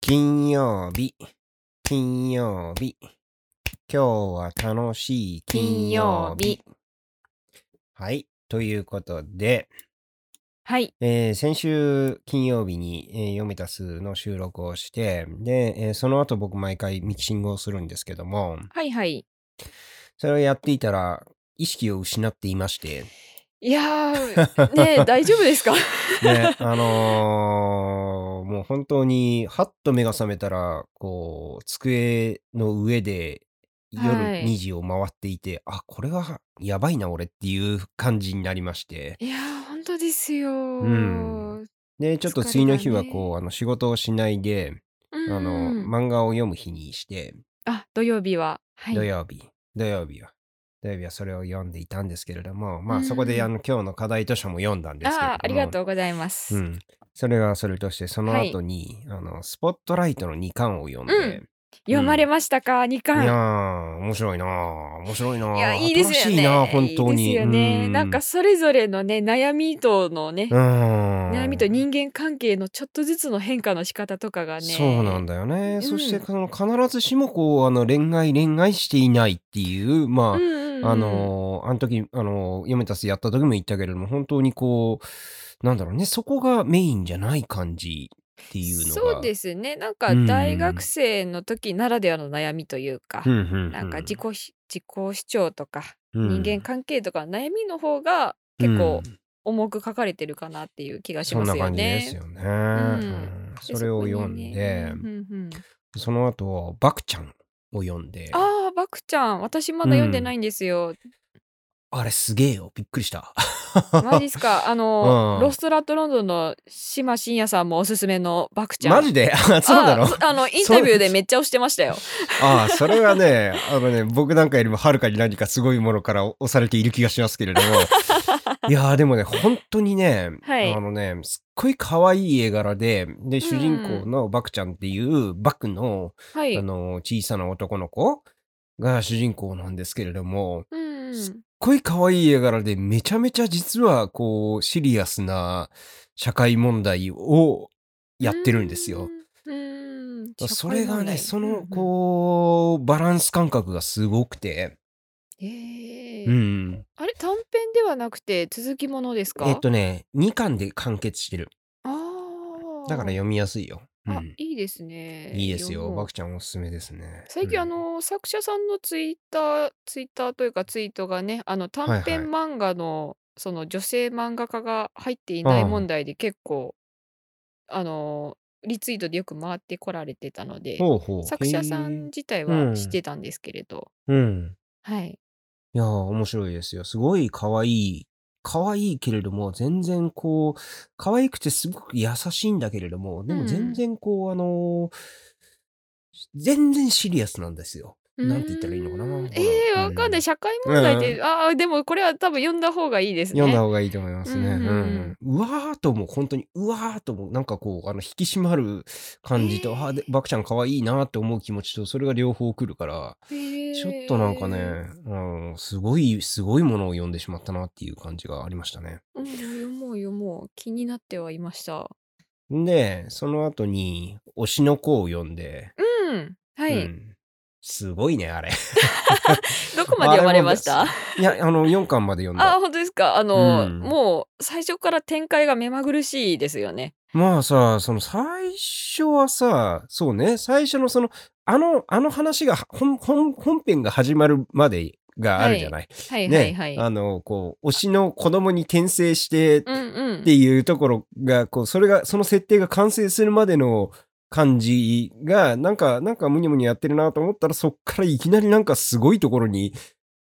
金曜日、金曜日。今日は楽しい金曜日。はい。ということで、はい。えー先週金曜日に、えー読めた数の収録をして、で、えーその後僕毎回ミキシングをするんですけども、はいはい。それをやっていたら、意識を失っていまして、いや ー、ねえ大丈夫ですかね、あのーもう本当に、はっと目が覚めたら、こう、机の上で夜はい2時を回っていて、あ、これはやばいな、俺っていう感じになりまして。 いやー、本当ですよー。んで、ちょっと疲れた次の日はねこう、あの仕事をしないで、うんあの、漫画を読む日にして、あ、土曜日は。はい。土曜日、土曜日は。土曜日はそれを読んでいたんですけれども、まうあんそこであの今日の課題図書も読んだんですけれども。あー、ありがとうございます。うん、それがそれとしてその後に、あのスポットライトの2巻を読んで、うん読まれましたか、二いや巻。ー面白いなあ面白いなあいや、いいですよ新しいなあね。本当にいいですよね。うなんか、それぞれのね、悩みとのね、うん、悩みと人間関係のちょっとずつの変化の仕方とかがね。そうなんだよね、うんそしてその必ずしもこうあの恋愛恋愛していないっていうまあ、うんうんうんあのーあの時、あのー、読めたすやった時も言ったけれども、本当にこう、なんだろうね、そこがメインじゃない感じっていうのが。そうですねなんかうん大学生の時ならではの悩みというか、うんうんうん。なんか自己し自己主張とかうん人間関係とかの悩みの方が結構重く書かれてるかなっていう気がしそんなますよ感じですね。よね。んうんそれを読んで、そこにねうんうんうんその後、バクちゃんを読んで、あああバクちゃん私まだ読んでないんで すよ。れすげえよ、びっくりした。マジです かあの、うんロストラットロンドンの島信也さんもおすすめのバクちゃん。マジで あ そうなのあそあのインタビューでめっちゃ押して ましたよ。ああ、それはね、あのね、僕なんかよりもはるかに何かすごいものから押されている気がしますけれ ども。いやーでもね、本当にね、はいあのね、すっごい可愛い絵柄で、で、主人公のバクちゃんっていう、バクの、はい。あうんの、小さな男の子が主人公なんですけれども、うん。すっごい可愛い絵柄で、めちゃめちゃ実は、こう、シリアスな社会問題をやってるんですよ。うん。うん。それがね、その、うんうんこう、バランス感覚がすごくて、ええうん。あれ短編ではなくて続きものですか？えっとね、2巻で完結してる。ああ。だから読みやすいよ。うあん、いいですね。いいですよ。読もうバクちゃんおすすめですね。最近、うんあ、の作者さんのツイッターツイッターというかツイートがねあのいはい短編漫画の、その女性漫画家が入っていないうん問題で結構あのリツイートでよく回ってこられてたのでほうほう作者さんへ自体うはん知ってたんですけれど、えうん。はいいやー、面白いですよ。すごい可愛い。可愛いけれども、全然こう、可愛くてすごく優しいんだけれども、でうもん全然こう、あのー全然シリアスなんですよ。なんて言ったらいいのかなうーんこれえー、わかんうなんい社会問題って、ああでもこれは多分読んだ方がいいですね読んだ方がいいと思いますね。ううんんううんんうわーとも本当にうわーともなんかこうあの引き締まる感じと、えーあーでバクちゃん可愛いなーって思う気持ちとそれが両方来るからちょっとなんかね、へーうん、すごいすごいものを読んでしまったなっていう感じがありましたね。うん、読もう読もう気になってはいましたでその後に「推しの子」を読んで、うんはい、うんすごいねあれ。 どこまで読まれましたあいやあの4巻まで読んあだ。本当ですかあの、うんもう最初から展開が目まぐるしいですよねまあさ、その最初はさ、そうね、最初のその、あの、あの話が、本、本、本編が始まるまでがあるじゃない。はいね、はいはい、あの、こう、推しの子供に転生してっうんうんていうところが、こう、それが、その設定が完成するまでの感じが、なんか、なんかむにゃむにゃやってるなと思ったら、そっからいきなりなんかすごいところに、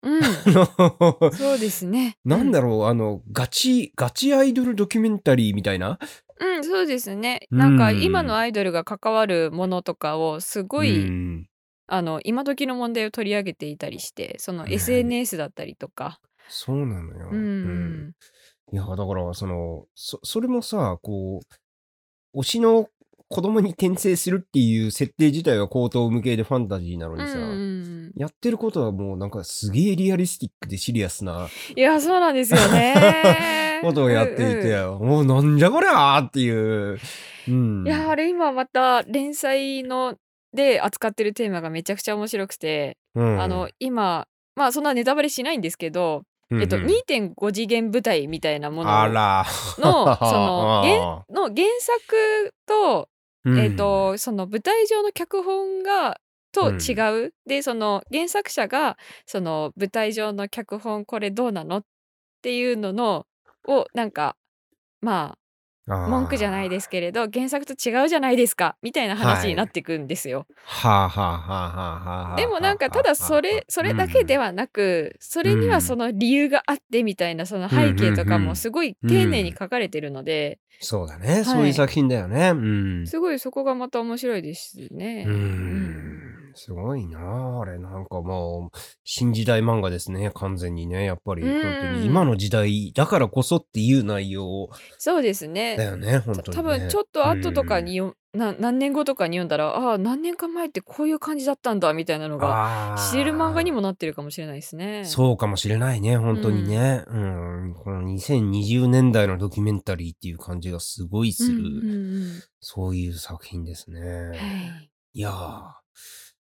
うあんの、そうですね なんだろう、あの、ガチ、ガチアイドルドキュメンタリーみたいな。うん、うんそうですねうんなんか今のアイドルが関わるものとかをすごい、うんあの今時の問題を取り上げていたりしてそのね SNS だったりとか、そうなのよ。うんうんいや、だから、その、そ、それもさ、こう、推しの子供に転生するっていう設定自体は高等無形でファンタジーなのうんにさ、うんやってることはもうなんかすげえリアリスティックでシリアスな、。いやそうなんですよね ことをやっていて、もうなんじゃこりゃーっていう。うん。いやーあれ今また連載ので扱ってるテーマがめちゃくちゃ面白くて、うんあの、今まあそんなネタバレしないんですけど、うんうんえっと、2.5次元舞台みたいなものあのら。のそ の原作と,、うんえっ、とその舞台上の脚本がとうん違う、でその原作者がその舞台上の脚本これどうなのっていうののをなんかまあ文句じゃないで。ですけれど原作と違うじゃないですかみたいなは話いになってくんですよ。はあはあはあはあはあ。でもなんかただそれそれだけでははなくそれにはその理由があってみたいなその背景とかもすごい丁寧に書かれてるのでそうだね。そういう作品だよね。うん。すごいそこがまた面白いですねう。ん。すごいなあれなんかもう新時代漫画ですね完全にねやっぱりう本ん当に今の時代だからこそっていう内容そうですね。だよね本た当に、ね、多分ちょっと後とかによ、な何年後とかに読んだらああ何年か前ってこういう感じだったんだみたいなのがあー知れる漫画にもなってるかもしれないですね。そうかもしれないね、本当にね。うん、この2020年代のドキュメンタリーっていう感じがすごいする、うんうんうんそういう作品ですね。はいいやー、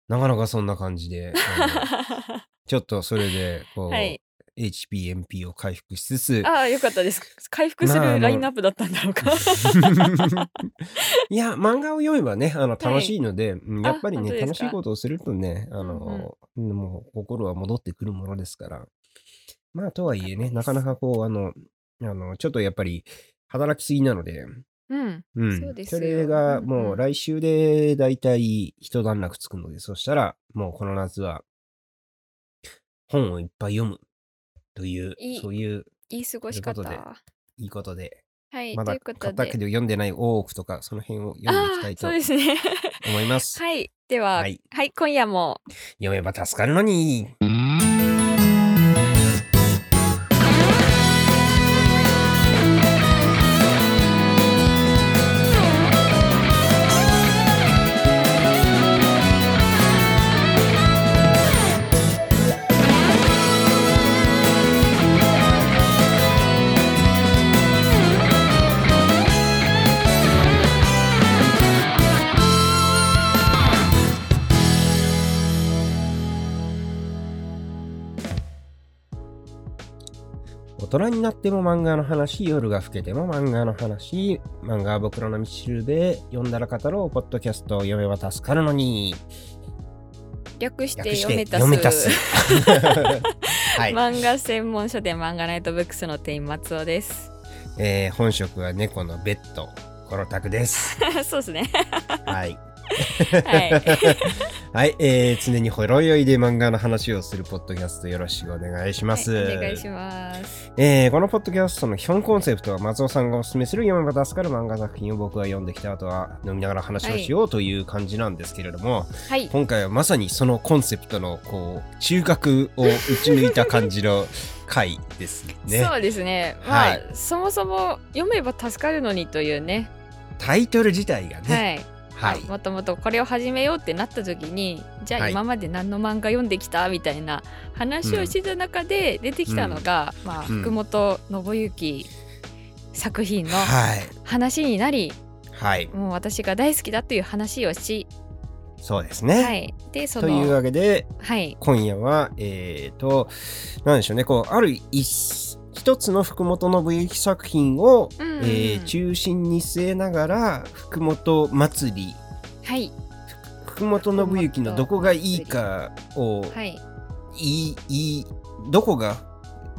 なかなかそんな感じで、 あのちょっ とそれで、こう、はい。 HPMP を回復しつつ、ああ、よかったです。回復すまああのるラインナップだったんだろう か。いや、漫画を読めばね、あの、楽しいので、うんやっぱりあ本当ね、ですか楽しいことをするとね、あの、もう心は戻ってくるものですから。まあ、とはいえね、なわかかりまなかすこう、あの、あの、ちょっとやっぱり、働きすぎなので、うん。うん。そうですよれが、うんもうう、ん来週で、だいたい一段落つくので、そしたら、もうこの夏は、本をいっぱい読む。という、いいそういう、いい過ごしと方。いうこといいことで、はい。まとだいうこ買ったとけで。ど読んでない大奥とか、その辺を読んでいあきたあいー、とそうですね。 思います。はい。では、ははいい、今夜も。読めば助かるのに。大人になっても漫画の話、夜が更けても漫画の話、漫画は僕らの道しるべ、読んだら語ろう、ポッドキャスト、読めば助かるのに。略して略し読てめた読めたす。す。 はい、漫画専門書店漫画ナイトブックスの店員松尾です。 えー本職は猫のベッド、コロタク です。そうですね。はい。はい。 はい、えー常にほろ酔いで漫画の話をするポッドキャストよろしくお願いします。はいお願いします。えーこのポッドキャストの基本コンセプトは松尾さんがおすすめする読めば助かる漫画作品を僕が読んできた後は飲みながら話をしようという感じなんですけれども、はい。今回はまさにそのコンセプトのこう中核を打ち抜いた感じの回ですねそうですね。まあ、はいそもそも読めば助かるのにというね。タイトル自体がねはい。はい、もともとこれを始めようってなった時にじゃはあい今まで何の漫画読んできたみたいな話をしてた中で出てきたのが、まあ、うん福本信之作品のはい話になり、はいもう私が大好きだという話をし、そうですね、はい、でそというのわけではい今夜はえっ、となんでしょうねこうある一一つの福本信之作品をうんうんうえんー中心に据えながら福本祭りはい福本信之のどこがいいかを、はいいいいいどこが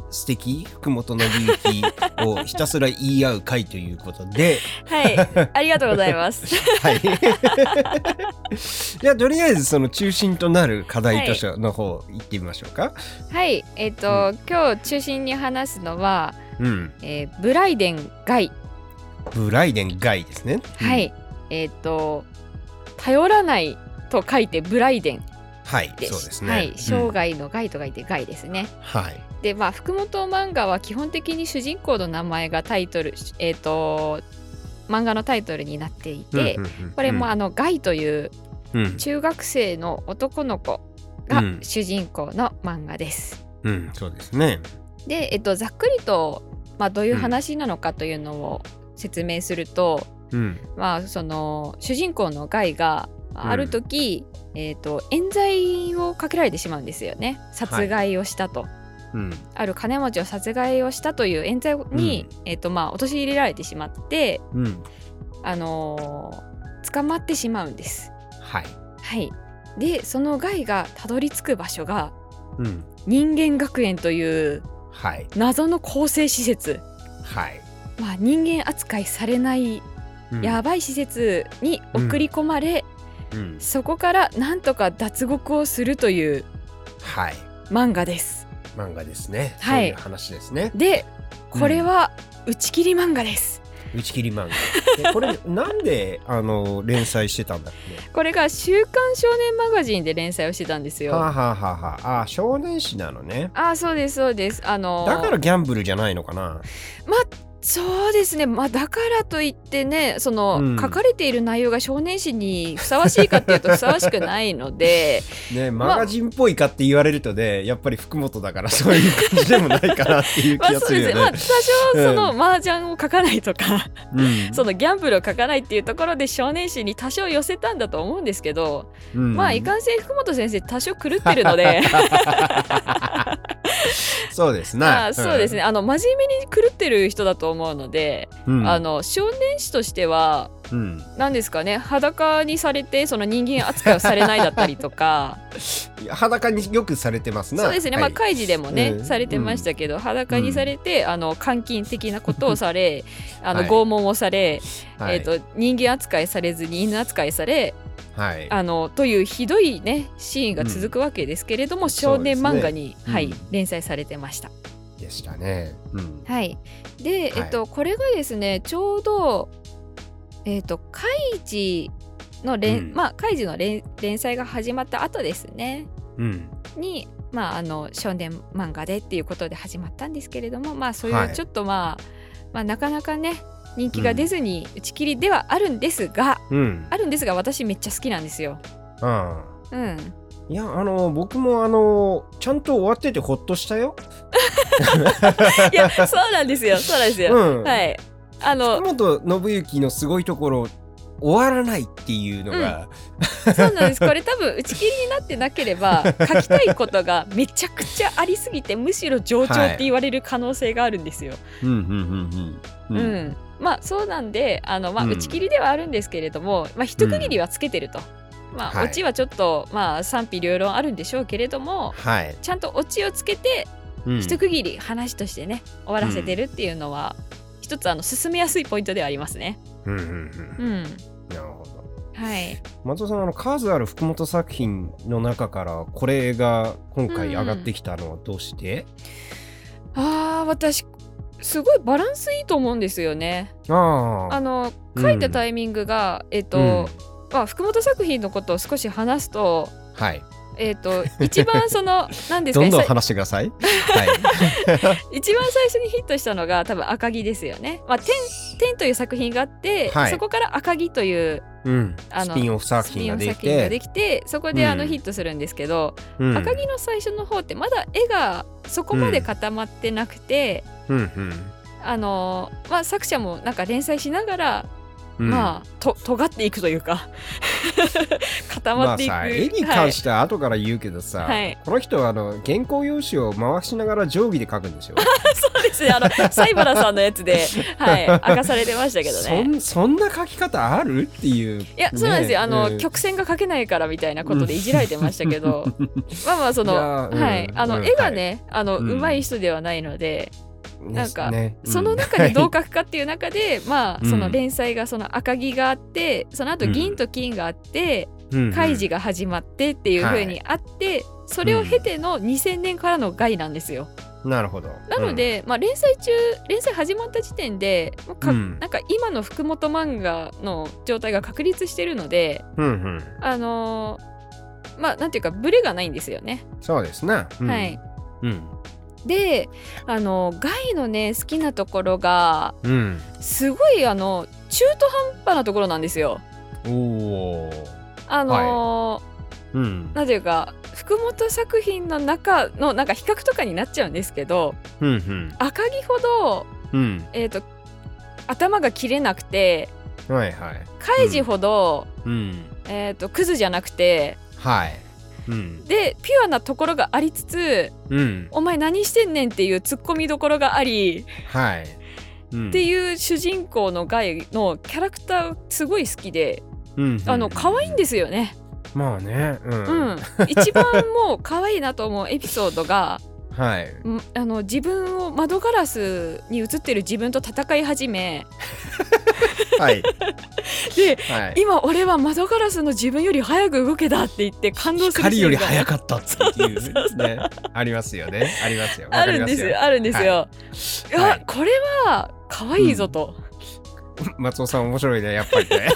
素敵福本信之をひたすら言い合う回ということ で はいありがとうございますはい じゃあとりあえずその中心となる課題図書の方行ってみましょうか、はいえっ、と、今日中心に話すのは、うんえーブライデンガイブライデン外ですねは、い、えっ、と頼らないと書いてブライデンうんはいです。そうですねはい、生涯、涯の害と書いて害ですね。うんはいで、まあ福本漫画は基本的に主人公の名前がタイトル、えっ、と漫画のタイトルになっていて、うんうんうんうんこれもあの害といううん中学生の男の子がうん主人公の漫画です。うんそうですねで、えっ、とざっくりと。まあ、どういう話なのかというのを説明すると、うん。まあ、その主人公のガイがんある時、えー、と冤罪をかけられてしまうんですよね殺害をしたと、うん。ある金持ちを殺害をしたという冤罪に、うえーとまあ、陥れられてしまって、うん。あのー捕まってしまうんです。はい。はい、でそのガイがたどり着く場所がうん。人間学園というはい。謎の更生施設、はい。まあ、人間扱いされないうんやばい施設に送り込まれ、うん。そこからなんとか脱獄をするというはい。漫画です。漫画ですね。はいそういう話ですね。でこれは打ち切り漫画です。打ち切り漫画。でこれ、 なんで、あの、連載してたんだっこれが「週刊少年マガジン」で連載をしてたんですけよ。はあ、はあはあはあ、ああ、少年誌なのね。ああそうですそうです。あのーだからギャンブルじゃないのかな。そうですね、まあ、だからといってねその、うん書かれている内容が少年誌にふさわしいかっていう とふさわしくないのでね、マガジンっぽいかって言われるとね、やっぱり福本だからそういう感じでもないかなっていうま あ気がそうするです ね、まよあ、ね多。少その、う麻雀を書かないとかうんそのギャンブルを書かないっていうところで少年誌に多少寄せたんだと思うんですけど、うんまあいかんせん福本先生多少狂ってるのでそうですま な。あそうですねあの真面目に狂ってる人だと思うので、うん。うんあの少年誌としてはうん何ですかね裸にされてその人間扱いをされないだったりとか。裸によくされてます な。そうですね、はいまあ開示でもね、うんされてましたけど、裸にされて、あの監禁的なことを されあの、はい拷問をされ、はいえー、と人間扱いされずに犬扱いされはい。あのというひどいねシーンが続くわけですけれども、少年漫画に、うんはい、連載されてました。でしたね。うん。はい、で、えっと、これがですねちょうど、えっと、開示の連、うんまあ開示の連連載が始まった後ですね。うん。に、まあ、あの少年漫画でっていうことで始まったんですけれども、まあ、そういはいうちょっとまあ、まあ、なかなかね人気が出ずに打ち切りではあるんですが、うん。あるんですが私めっちゃ好きなんですよ。あ うん、あいや、あの、僕も、あの、ちゃんと終わっててほっとしたよ。いやそうなんですよそうなんですよ。うん。。はいいあの福本信之のすごいところ、終わらないっていうのが、そうなんですこれ多分打ち切りになってなけれ ば書きたいことがめちゃくちゃありすぎてむしろ冗長って言われる可能性があるんですよ。うん、うん、うん、うん。う。ん、まあそうなんであの、まあ、うん打ち切りではあるんですけれども、まあ一区切りはつけてると、まあはいオチはちょっと、まあ賛否両論あるんでしょうけれどもはい。ちゃんとオチをつけてうん一区切り話としてね終わらせてるっていうのは、一つあの進めやすいポイントではありますね。うん、うん、う。うんんなるほど。はい、松尾さん、あの、数ある福本作品の中から、これが今回上がってきたのはどうして、あー私すごいバランスいいと思うんですよね。ああ。あのうん書いたタイミングが、えっと、うんまあ、福本作品のことを少し話すと,、はい。えっ と一番その何ですかどんねどんさ話してください。 はい。一番最初にヒットしたのが多分赤城ですよね。まあ、天天という作品があって、はいそこから赤城といううん。あスのピンオフ作スピ品がンオフで作き品がてで。きてそこであうのんヒットするんですけど、うん赤城の最初の方ってまだ絵がそこまで固まってなくて、うんうんあのまあ、作者もなんか連載しながら、うんまあと尖っていくというか 固ままあっていく。さ絵にはい関しては後から言うけどさ、はいこの人はあの原稿用紙を回しながら定規で書くんですよ。 そうですねあの西原さんのや つで、はい、明かされてましたけどそね。んそんな書き方あるっていう、いや、そうなんですよ。あの、うん曲線が描けないからみたいなことでいじられてましたけど、まあまあ、その、いやーはい、うんあうの、ん絵がね、あの、うん上手い人ではないので、なんかねその中 でどうか、描くかっていう中で、まうあ、んその連載が、その赤木があって、その後銀と金があって、うん開示が始まってっていう風にあって、それを経ての2000年からの外なんですよ。なるほど。なので、まあ、連載中、連載始まった時点で、もうかうんなんか今の福本漫画の状態が確立してるので、うん、うんあのーまあなんていうかブレがないんですよね。うんそうですな、うんはい、うんであのーガイのね好きなところがうん、すごいあの中途半端なところなんですよ。おおー、あのーうんなんていうか福本作品の中のなんか比較とかになっちゃうんですけどうんうん赤木ほどうん。えー、と頭が切れなくてはいはい。カイジほど、うん。えー、とクズじゃなくてはい。うん。でピュアなところがありつつうん。「お前何してんねん」っていうツッコミどころがあり、はい。っっうていう主人公のガイのキャラクターすごい好きでん、うん。あの可愛いんですよね。す。まあね。うん。うん、一番もう可愛いなと思うエピソードがはい。んあの自分を窓ガラスに映ってる自分と戦い始めはい。 ではい。今俺は窓ガラスの自分より早く動けたって言って感動する光より早くかったっていうね。ありますよね。ありますよ。あるんですよわあるんですよ。いかりますよ。や、はい、これは可愛いぞと、松尾さん面白いね、やっぱりね。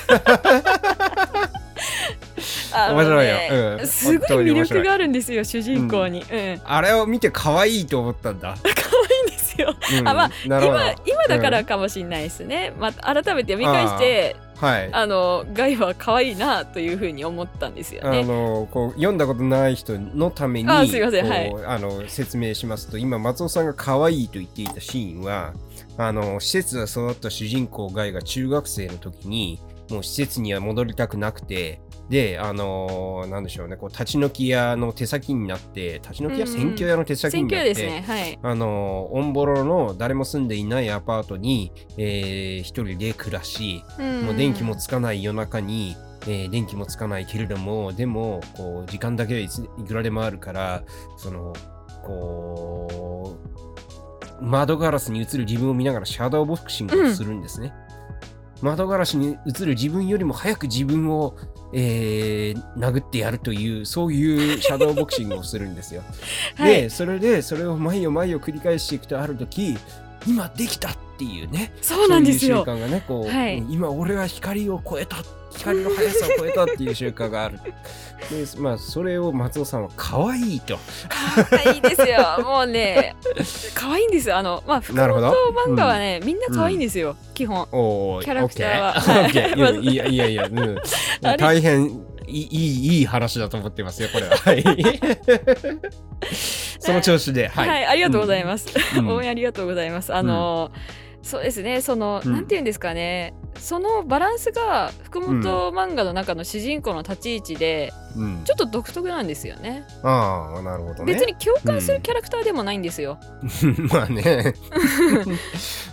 あの面白いようんすご本当いに魅面白い力があるんですよ主人公に、うん 可あれを見て可愛いと思ったんだ。愛いんですようんあまあなるほど今今だからかもしれないですね、まあ、改めて見返してはい。あのガイは可愛いなというふうに思ったんですよあね。のこう読んだことない人のためにあすいませんこうはいあの説明しますと今松尾さんが可愛いと言っていたシーンはあの施設で育った主人公ガイが中学生の時にもう施設には戻りたくなくてであのなんでしょうねこう立ち退き屋の手先になって立ち退き屋うん選挙屋の手先選に挙なっはて、ですね、はい、あのオンボロの誰も住んでいないアパートに、えー一人で暮らしもう電気もつかない夜中に、えー電気もつかないけれどもでもこう時間だけはいついくらでもあるからそのこう窓ガラスに映る自分を見ながらシャドーボクシングをするんですね。窓ガラスに映る自分よりも早く自分を、えー殴ってやるというそういうシャドーボクシングをするんですよ。はいでそれでそれを毎夜毎夜繰り返していくとある時今できたっていうねそうなんですよ。そういう瞬間がね、こう、はい今俺は光を超えた、光の速さを超えたっていう瞬間が ある。で、まあ、それを松尾さんは可愛いと。可愛いですよ。も うね、可愛いんですよ。あのまあ、なるほど漫画はね、みんな可愛いんですよ。基本。おーキャラクターはオッケー はいオッケーいやいやいやいや、 うんあれ大変いいいいいい話だと思ってますよ、これ は。はいその調子で、は。はいい、ありがとうございます。うん 応援ありがとうございます。あの、そうですね。その、うんなんて言うんですかね。そのバランスが福本漫画の中の主人公の立ち位置で、うんちょっと独特なんですよね。ああ、なるほどね。別に共感するキャラクターでもないんですよ。 まあね。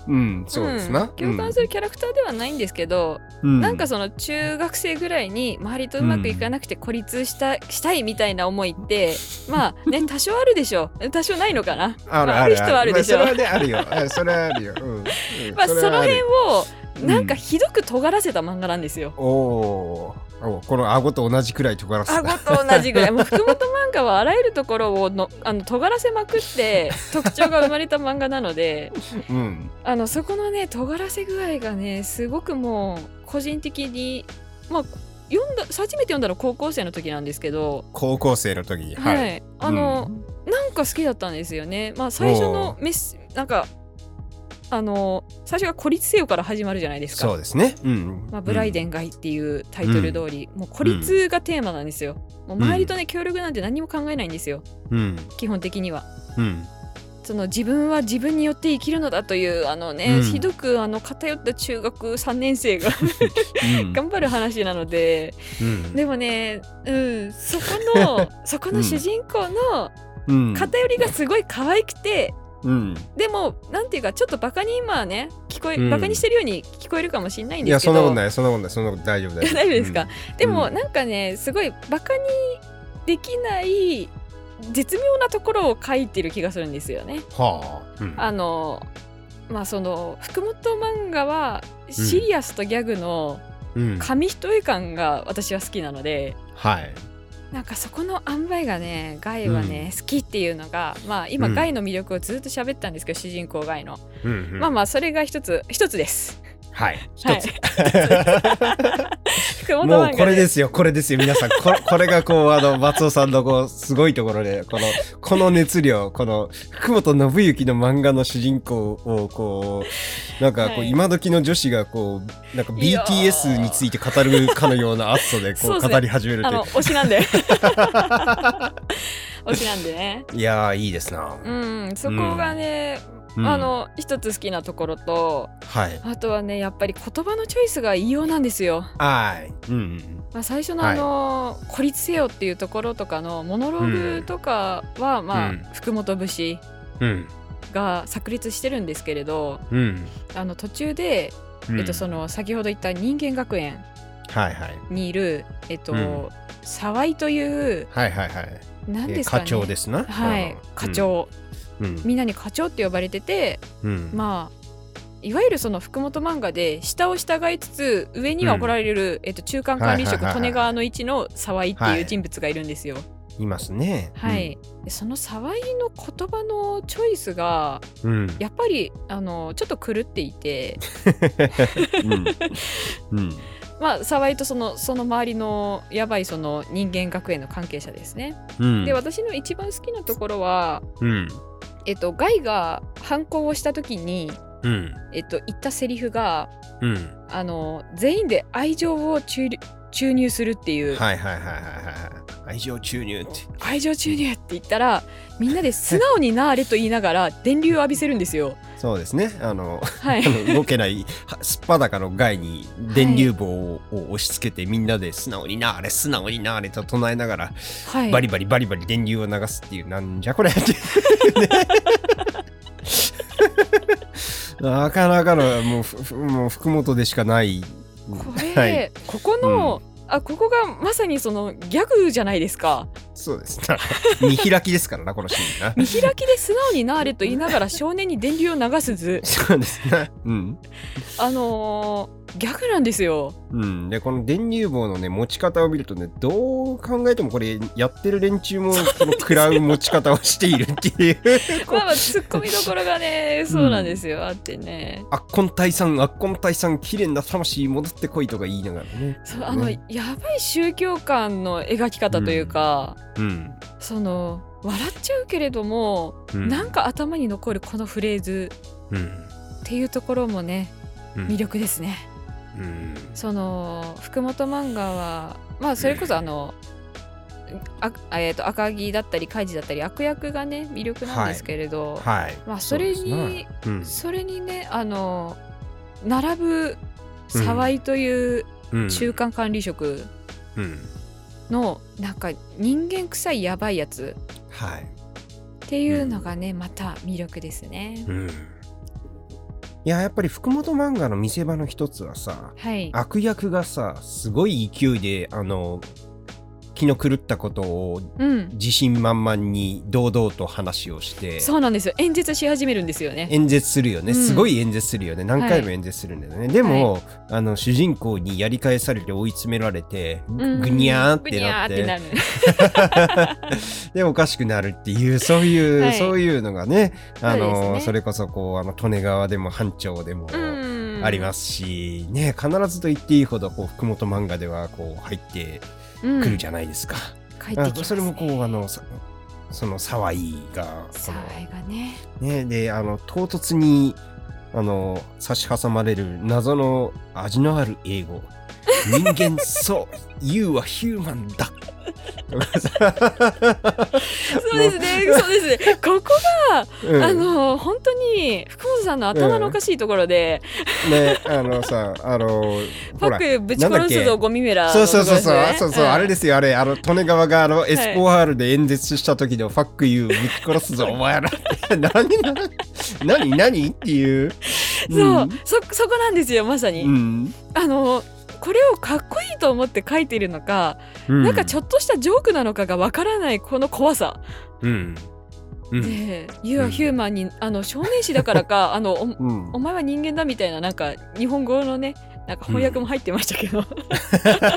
うん、そうですな。ん共感するキャラクターではないんですけど、うん、なんかその中学生ぐらいに周りとうまくいかなくて孤立した,、したいみたいな思い ってまあね多少あるでしょう多少ないのかなあるまああるある人はあるでしょまあそれはねあるよ。あそれはあるよ。うん。うん まあその辺。れはうをんなんかひどく尖らせた漫画なんですよ。あるおーお。この顎と同じくらい尖らせた。顎と同じぐらいもう福本漫画はあらゆるところをのあの尖らせまくって特徴が生まれた漫画なのでうん。あのそこのね尖らせ具合がねすごくもう個人的にまあ読んだ初めて読んだの高校生の時なんですけど、高校生の時。はい、はい。あの、なんか好きだったんですよね。まあ最初のメスなんかあの最初が孤立せよから始まるじゃないですか。そうですね。うん。まあ、ブライデン。ン街っていうタイトル通り、もう孤立がテーマなんですよ。もう周りとね協力なんて何も考えないんですよ。うん。基本的には。うん。その自分は自分によって生きるのだというあのね、うんひどくあの偏った中学3年生 がうん。頑張る話なので、うんでもね、うん、そこ のそこの主人公のうん。偏りがすごい可愛くて、うん。でもなんていうかちょっとバカに今はね聞こえ、うんバカにしてるように聞こえるかもしれないんいでやすけそんどなことないそんなことないそんなこと大丈夫だ 大丈夫ですか、でもうんなんかねすごいバカにできない絶妙なところを書いてる気がするんですよね。はあうん。あのまあその福本漫画はシリアスとギャグのうん。紙一重感が私は好きなので、はい。なんかそこの塩梅がねガイはね、好きっていうのがまあ今、うんガイの魅力をずっと喋ったんですけど主人公ガイの、うんうんまあまあそれが一つ一つです。はい。一 はいつ。 熊も本漫画うこれですよ、これですよ、皆さん、こ これがこう、あの、松尾さんのこう、すごいところで、この、この熱量、この、福本信之の漫画の主人公を、こう、なんかこう、はい今時の女子がこう、なんかいやー BTS について語るかのような熱さで、そうこう、で すね語り始めるあというの推しなんで。推しなんでね。いやーいいですな。うん、そこがね、うんあの一つ好きなところと、はいあとはねやっぱり言葉のチョイスが異様なんですよ。はいうんうんまあ、最初のはいあの、孤立せよっていうところとかのモノローグとかは、まあ、うん福本節うんが炸裂してるんですけれど、うんあの途中で、うんえっと、その先ほど言った人間学園はいはいにいる、えっとうん沢井というはいはいはい何えですか課ね長ですなはい課長、うんみんなに課長って呼ばれててうんまあいわゆるその福本漫画で下を従いつつ上には怒られる、えっと、中間管はいはい理職はいはい利根川の一の沢井ってはいいう人物がいるんですよ。いますねはい、でその沢井の言葉のチョイスがうんやっぱりあのちょっと狂って いて、うんうんまあ、沢井とそのその周りのやばいその人間学園の関係者ですね。うんで私の一番好きなところは、うんえっと、ガイが犯行をした時に、うんえっと、言ったセリフがうんあの全員で愛情を注入注入するっていう、はいはいはいはいはい愛情注入って愛情注入って言ったらみんなで素直になあれと言いなが ら電流を浴びせるんですよ。そうですねあ の はいあの動けないはすっぱだかの害に電流棒をを押し付けてみんなで素直になあれ素直になあれと唱えながらはい、バリバリバリバリ電流を流すっていうなんじゃこれね なかなかのもうふふもう福本でしかないこれ、はいここの、あここがまさにそのギャグじゃないですかそうですな見開きですからなこのシーンな見開きで素直になあれと言いながら少年に電流を流す図そうですなうんあのー、ギャグなんですよ。うん、でこの電流棒のね持ち方を見るとねどう考えてもこれやってる連中もこの食らう持ち方をしているっていう まあまあツッコミどころがねそうなんですよ、あってねあっこん退散あっこん退散綺麗な魂戻ってこいとか言いながらねそうあの、ねやばい宗教観の描き方というか、うん、その笑っちゃうけれども、うん、なんか頭に残るこのフレーズうん、っていうところもねうん魅力ですね。うんその福本漫画はまあそれこそあの、ああえー、と赤木だったり開示だったり悪役がね魅力なんですけれど、はいまあそれそうですにねうんそれにねあの並ぶ沢井といううん中間管理職うんのなんか人間臭いやばいやつはいっていうのがね、また魅力ですね。うんいややっぱり福本漫画の見せ場の一つはさはい、悪役がさすごい勢いであの気の狂ったことをうん、自信満々に堂々と話をしてそうなんですよ演説し始めるんですよね。演説するよね、うんすごい演説するよね何回も演説するんだよね、でも、あの主人公にやり返されて追い詰められてうんぐにゃーっぐてになっ,、ゃーっててなる。でおかしくなるっていうそういう、はいそういうのがねあそうですのね。それこそこうあの利根川でも班長でも。ありますすし、ね、必ずと言っていいほどこう福本漫画ではこう入ってうん、くるじゃないですか。帰ってきます、ね。それもこうあのさその沢井がこ沢の井がね。ね、であの唐突にあの差し挟まれる謎の味のある英語人間そう You are human だとかさそうです ね、そうですね。ここうんが、あの、本当に、福本さんの頭のおかしいところで、ねあのさあ のほパらックぶち殺すぞ、ゴミメラのとこそろうですそね。。うそうそう、そうそう、あれですすよ、あれ、あの、利根川があの、SOR で演説した時の、ファックユー、ぶち殺すぞ、お前ら。 何な、何、何っていう。そう、そ、そこなんですよ、まさうに。ん。あの、これをかっこいいと思って書いてるのか、うん。なんかちょっっとしたジョークなのかがわからないこの怖さ。と。うん。うん。で、You are human に、あの、少年誌だから か、あの、おうんお前は人間だみたいな、なんか、日本語のね、なんか翻訳も入ってましたけど。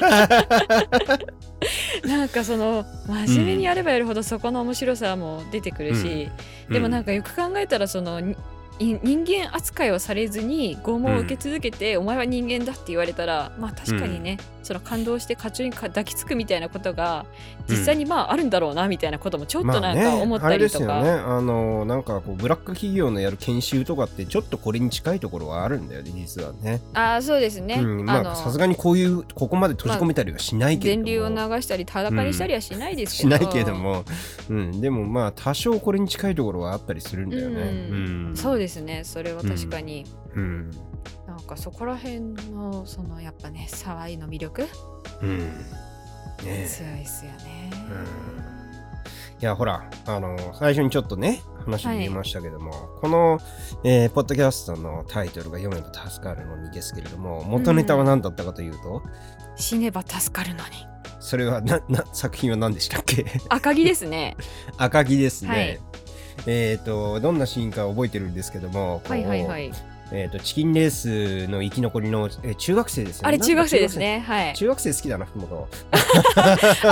なんかその真面目にやればやるほどそこの面白さも出てくるし、でもなんか、かよく考えたらそのにい人間扱いをされずに拷問を受け続けて、お前は人間だって言われたらまあ確かにね、その感動して課長にか抱きつくみたいなことが実際にまああるんだろうなみたいなこともちょっとなんか思ったりとか、まあね、あれですよねあのなんかこうブラック企業のやる研修とかってちょっとこれに近いところはあるんだよね実はねああそうですね、うん、まああのさすがにこういうここまで閉じ込めたりはしないけれど電も、流を流したり裸にしたりはしないですけしど、ないけれども、うん、でもまあ多少これに近いところはあったりするんだよね。ううん、そうですねそれは確かに、うん、なんかそこら辺のそのやっぱね騒いの魅力うん、ねえ強いっすよね、うんいやほらあの最初にちょっとね話に出ましたけども、この、えーポッドキャストのタイトルが読めば助かるのにですけれども元ネタは何だったかというと、死ねば助かるのにそれはなな作品は何でしたっけ 赤城ですね赤木ですね。はいえっ、とどんなシーンか覚えてるんですけども、こうはいはいはいえー、とチキンレースの生き残りの、えー中学生ですよね。あれ中学生でなすんかねはい中学生。中学生好きだな、福本。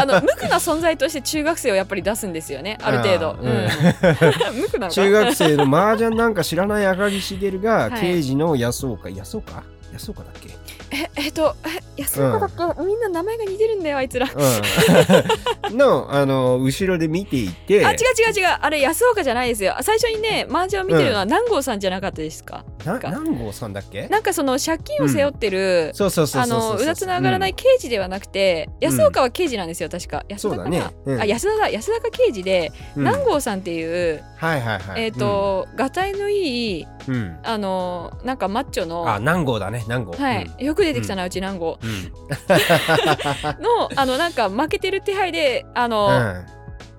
あの無垢な存在として中学生をやっぱり出すんです よねある程度あーうん 無垢なのか 中学生の麻雀なんか知らない赤木茂が、はい刑事の安岡、安岡安岡だっけええっとえ安岡だっけ、みんな名前が似てるんだよあいつら うん。の、あの、後ろで見ていて、あ違う違う違うあれ安岡じゃないですよ最初にね麻雀を見てるのは南郷さんじゃなかったですか、な何号さんだっけなんかその借金を背負ってる、そうそうそうあそうそうのうだつながらない刑事ではなくて、安岡は刑事なんですよ確か安そ田うだかな、ねうんあ安田だ安田が刑事で、うん南郷さんっていう、はいはいはい。えっ、と、がたいのいいうん、うんあのなんかマッチョのあ、何号だね、何号。はい、よく出てきたな、うち南郷うん。うん。のあのなんか負けてる手配であの、うん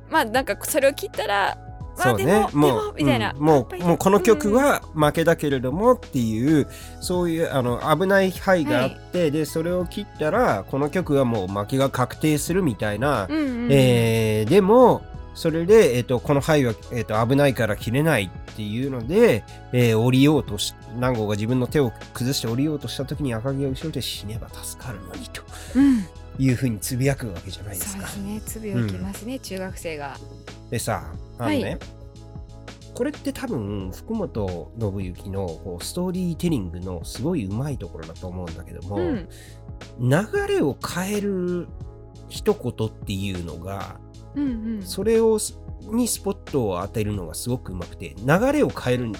まあなんかそれを切ったらまそあうでねも、、でももう、みたいな、うんもやっう、ぱりもうこの曲は負けだけれどもっていう、そういうあの危ない範囲があって、で、それを切ったら、この曲はもう負けが確定するみたいな、うんうんうんえーでも、それで、えっとこの範囲は、えっと危ないから切れないっていうので、えー降りようとし、南郷が自分の手を崩して降りようとした時に赤城が後ろで死ねば助かるのにとうんいうふうにつぶやくわけじゃないでそすうでか。すねつぶやきますね、中学生がでさあのね、はいこれって多分福本信之のこうストーリーテリングのすごいうまいところだと思うんだけども、うん流れを変える一言っていうのがうんうんそれをすにスポットを当てるのがすごくうまくて流れを変える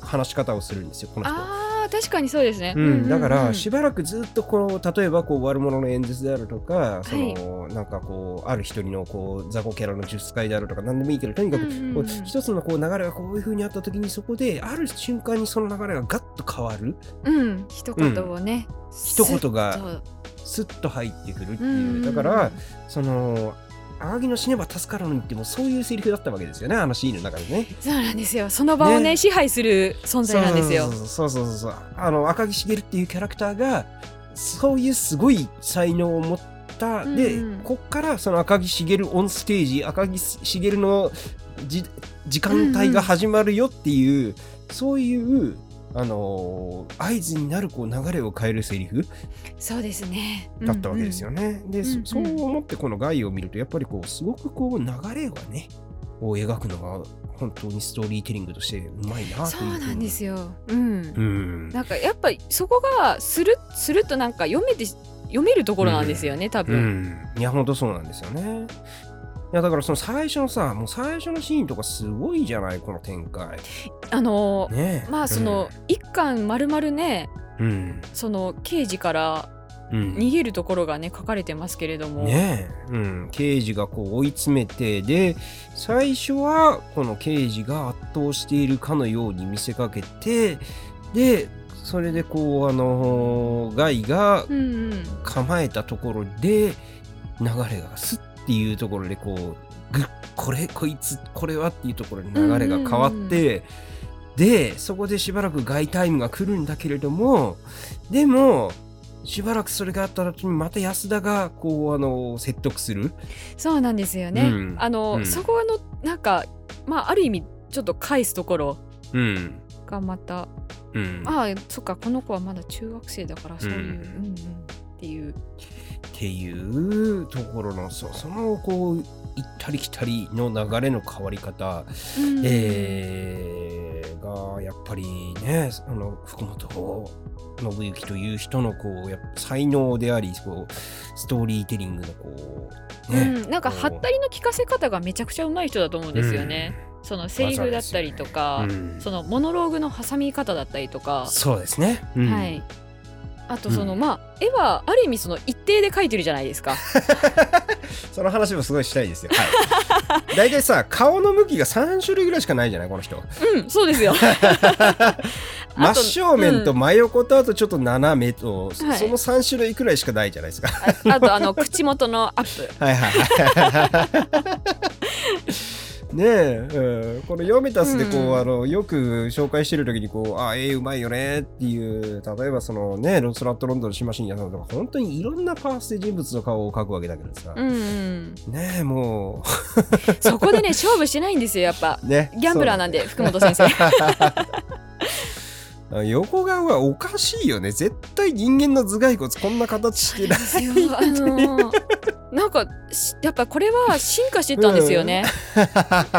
話し方をするんですよこの人。あー確かにそうですね。うんだかうんらしばらくずっとこの例えばこう悪者の演説であるとか、そのなんかこうある一人のこう雑魚キャラの術使であるとか何でもいいけどとにかくうんこううんうん一つのこう流れがこういう風にあった時にそこである瞬間にその流れがガッと変わるうん、一言をね、一スッ言がとスッと入ってくるってうんうんういんうだからその青木の死ねば助かるのにってもうそういうセリフだったわけですよねあのシーンの中でね。そうなんですよその場をねね支配する存在なんですよ。そうそうそうそうそうそうあの赤木茂っていうキャラクターがそういうすごい才能を持った、うんうんでこっからその赤木茂オンステージ赤木茂のじ時間帯が始まるよっていう、そういう。あのー合図になるこう流れを変えるセリフそうですねだったわけですよね。ね。で、うんうんそそう思ってこの概要を見るとやっぱりこうすごくこう流れがねを描くのが本当にストーリーテリングとしてうまいなというそうふうになんですよ。うんう、ん、なんかやっぱりそこがするするとなんか読めて読めるところなんですよね多う分。ん、いや、ほんとそうなんですよね。いや、だからその最初のさ、もう最初のシーンとかすごいじゃない、この展開。あのねえまあその、一巻まるまるねうん、その刑事からうん、逃げるところがね書かれてますけれども。ねえ、うん、刑事がこう追い詰めて、で、最初はこの刑事が圧倒しているかのように見せかけて、で、それでこう、あのーガイがうんうん。構えたところで流れがスッっていうところでこうぐっこれこいつこれはっていうところに流れが変わって、うんうんうんでそこでしばらく外タイムが来るんだけれどもでもしばらくそれがあった後にまた安田がこうあの説得するそうなんですよね。うんあの、うんそこのなんかまあある意味ちょっと返すところうんがまた、うんああそっかこの子はまだ中学生だからそういう、うんうんっていうっていうところのそそのこう行ったり来たりの流れの変わり方、うんえーがやっぱりねあの福本信之という人のこうやっぱ才能でありこうストーリーテリングのこうね、うんなんかはったりの聞かせ方がめちゃくちゃうまい人だと思うんですよね、そのセリフだったりとうか、ん。うんそのモノローグの挟み方だったりとか、そうですね。うんはい。あとその、うんまあ絵はある意味その一定で描いてるじゃないですかその話もすごいしたいですよ。はい。 大体さ、顔の向きが3種類ぐらいしかないじゃない、この人。うんそう ですよ真正面と真横とあとちょっと斜めと、そはいの3種類くらいしかないじゃないですか。あとあの口元のアップはいはいはい。ねえ、うん、この読めたすでこう、うんあのよく紹介してる時にこうあええうまいよねっていう例えばそのねロスラットロンドンの島信也さんとか本当にいろんなパースで人物の顔を描くわけだけどさ、うん、うん、ねえもそこでね勝負してないんですよやっぱうねギャンブラーなんで福本先 生あ横顔はおかしいよね絶対人間の頭蓋骨こんな形してないですよあのーなんかしやっぱこれは進化してったんですよね、だか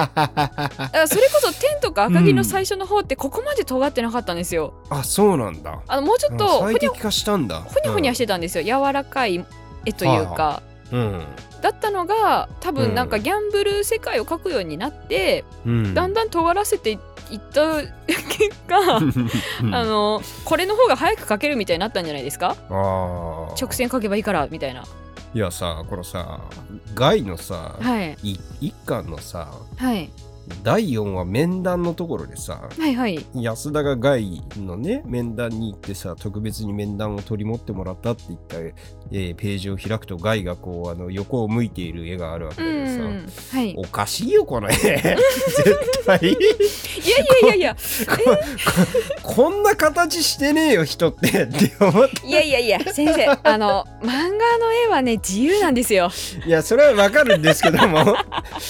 らそれこそ天とか赤城の最初の方ってここまで尖ってなかったんですよ あそうなんだあのもうちょっとあふ最にゃ適化したんだふにゃふにゃしてたんですよ柔らかい絵というかうん、だったのが多うん分なんかギャンブル世界を描くようになってうん、だんだん尖らせていった結果ああのこれの方が早く描けるみたいになったんじゃないですかあー直線描けばいいからみたいないやさこのさガイのさ、はいい、一巻のさはい第4話面談のところでさはいはい安田がガイのね面談に行ってさ特別に面談を取り持ってもらったって言った、えーページを開くとガイがこうあの横を向いている絵があるわけうだけどさ、んはいおかしいよこの絵 絶 対いやいやいや いやここんな形してねえよ人ってって思っていやいやいや先生あの漫画の絵はね自由なんですよいやそれはわかるんですけども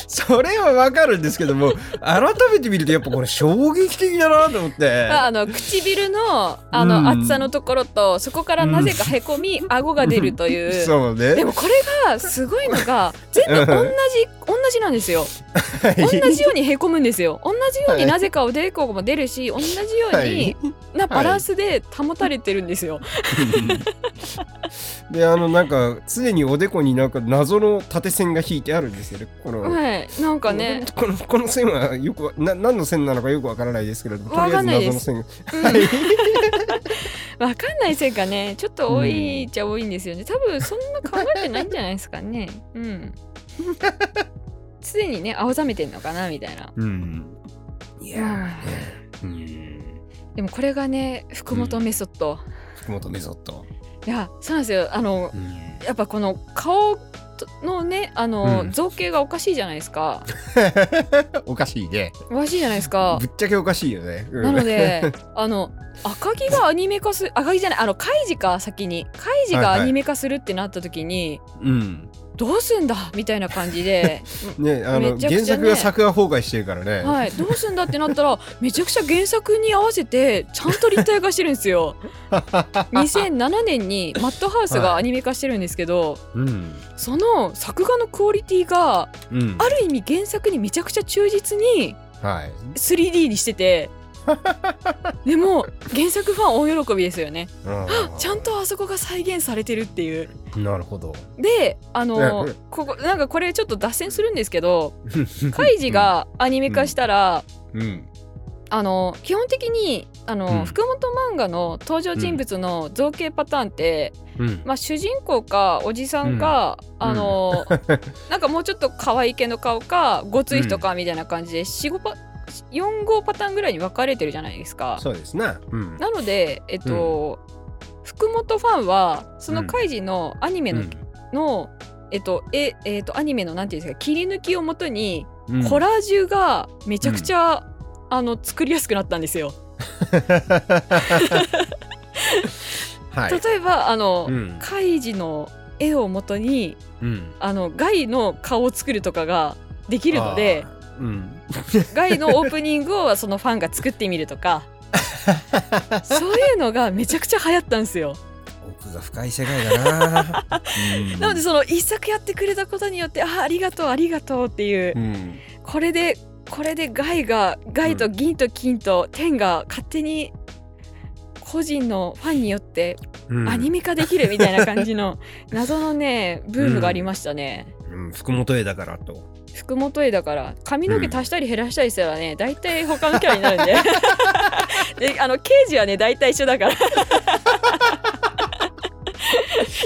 それはわかるんですけども改めて見るとやっぱこれ衝撃的だなと思ってああの唇のあうんの厚さのところとそこからなぜかへこみ顎が出るとい うそうでねもこれがすごいの が全部同じ同じなんですよ 同じようにへこむんですよ同じようはいになぜかおでこも出るし同じようになバランスで保たれてるんですよであのなんか常におでこになんか謎の縦線が引いてあるんですよねこの、はいなんかねこのこの線はよくわな何の線なのかよくわからないですけれどもとわりあえかずんない謎でのす線がうんはい わかんないせいかねちょっと多いっちゃ多いんですよね多分そんな考えてないんじゃないですかねうんすでにね青ざめてんのかなみたいなうんいやーうんでもこれがね福本メソッド、福本メソッド、いやそうなんですよあのうん、やっぱこの顔とのねあの、うん造形がおかしいじゃないですかおかしいねおかしいじゃないですかぶっちゃけおかしいよね、うんなのであの赤木がアニメ化す赤木じゃないあのカイジか先にカイジがアニメ化するってなった時に、うんどうすんだみたいな感じでねあのめちゃくち原ゃね作が作画崩壊してるからね、はい、どうすんだってなったらめちゃくちゃ原作に合わせてちゃんと立体化してるんですよ 2007年にマッドハウスがアニメ化してるんですけど、うんその作画のクオリティがうんある意味原作にめちゃくちゃ忠実にはい 3D にしててでも原作ファン大喜びですよねあちゃんとあそこが再現されてるっていうとなるほどであのうんここなんかこれちょっと脱線するんです けどカイジがアニメ化したら、うんあの基本的にあの、うん福本漫画の登場人物の造形パターンって、うんまあ、主人公かおじさんか、うんあのなんかもうちょっと可愛い系の顔かごつい人かみたいな感じで45パ4号パターンぐらいに分かれてるじゃないですか。そうですなうんなので、えっと福本ファンはそのカイジのアニメの,、のえっとええっとアニメのなんていうんですか切り抜きをもとに、うんコラージュがめちゃくちゃ、あの作りやすくなったんですよ。はい例えばあの、うんカイジの絵をもとにうんあのガイの顔を作るとかができるのであーうんガイのオープニングをそのフ ァンが作ってみるとかそういうのがめちゃくちゃ流行ったんですよ。奥が深い世界だ な、うんなのでその一作やってくれたことによってあーありがとうありがとうっていう、うんこれでこれでガイがガイと銀と金と天が勝手に個人のファンによってうんアニメ化できるみたいな感じの 謎のねブームがありましたね。うん、福本絵だからと福本絵だから髪の毛足したり減らしたりしたらね、大体他のキャラにな るんでであの刑事はね大体一緒だからい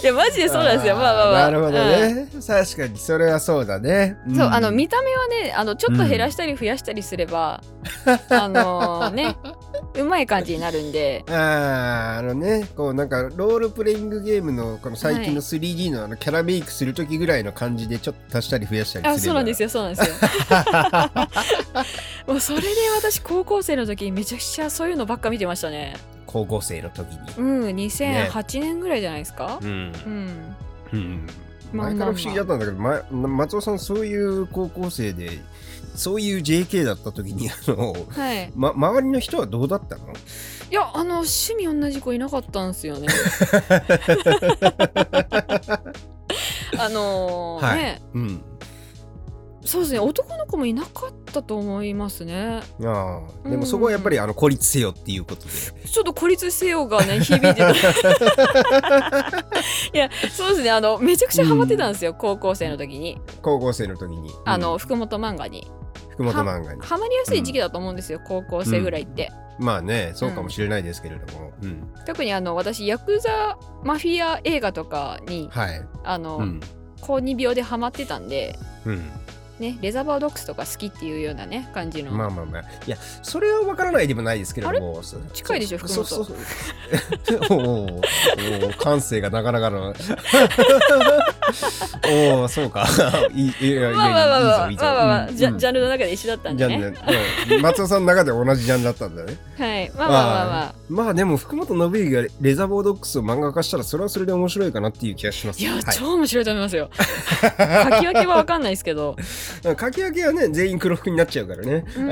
やマジでそうなんですよまあまあまあなるほどね、確かにそれはそうだね、うんそうあのん見た目はねあのちょっと減らしたり増やしたりすれば、あのねうまい感じになるんであーあのねこうなんかロールプレイングゲームのこの最近の 3D のあのキャラメイクする時ぐらいの感じでちょっと足したり増やしたりするあそうなんですよよそうな んですよもうそれで私高校生の時にめちゃくちゃそういうのばっか見てましたね高校生の時にうん2008年ぐらいじゃないですか、うん、うんうん、まあ前から不思議だったんだけど、ま松尾さんそういう高校生でそういう JK だった時にあ の、はいま、周りの人はどうだったのいやあの趣味同じ子いなかったんで すよねあのーはいねうんそうですね男の子もいなかったと思いますねああでもそこはやっぱりあの孤立せよっていうことで、ちょっと孤立せようがね響い てたいやそうですねあのめちゃくちゃハマってたんですよ、高校生の時に高校生の時にあの、うん福本漫画に福本漫画にハマりやすい時期だと思うんですよ、高校生ぐらいって、まあねそうかもしれないですけれども、うん特にあの私ヤクザマフィア映画とかにはいあの、うん高2病でハマってたんでうん、ね、レザーバードックスとか好きっていうようなね感じの、まあまあまあいやそれは分からないでもないですけれどもそ近いでしょ福そ本そそおお おお感性がなかなかのおおそうか いいいやいやいまあまあまあまあやいいぞいいぞまあまあまあうんジうャんジャンルの中で一緒だったんジでャンねルうん松尾さんの中で同じジャンルだったんだねはいまあまあまあまあまあでも福本信之がレザーボードックスを漫画化したらそれはそれで面白いかなっていう気がしますいや、はい超面白いと思いますよ 書き分けは分かんないですけど、うん書き分けはね全員黒服になっちゃうからね、うん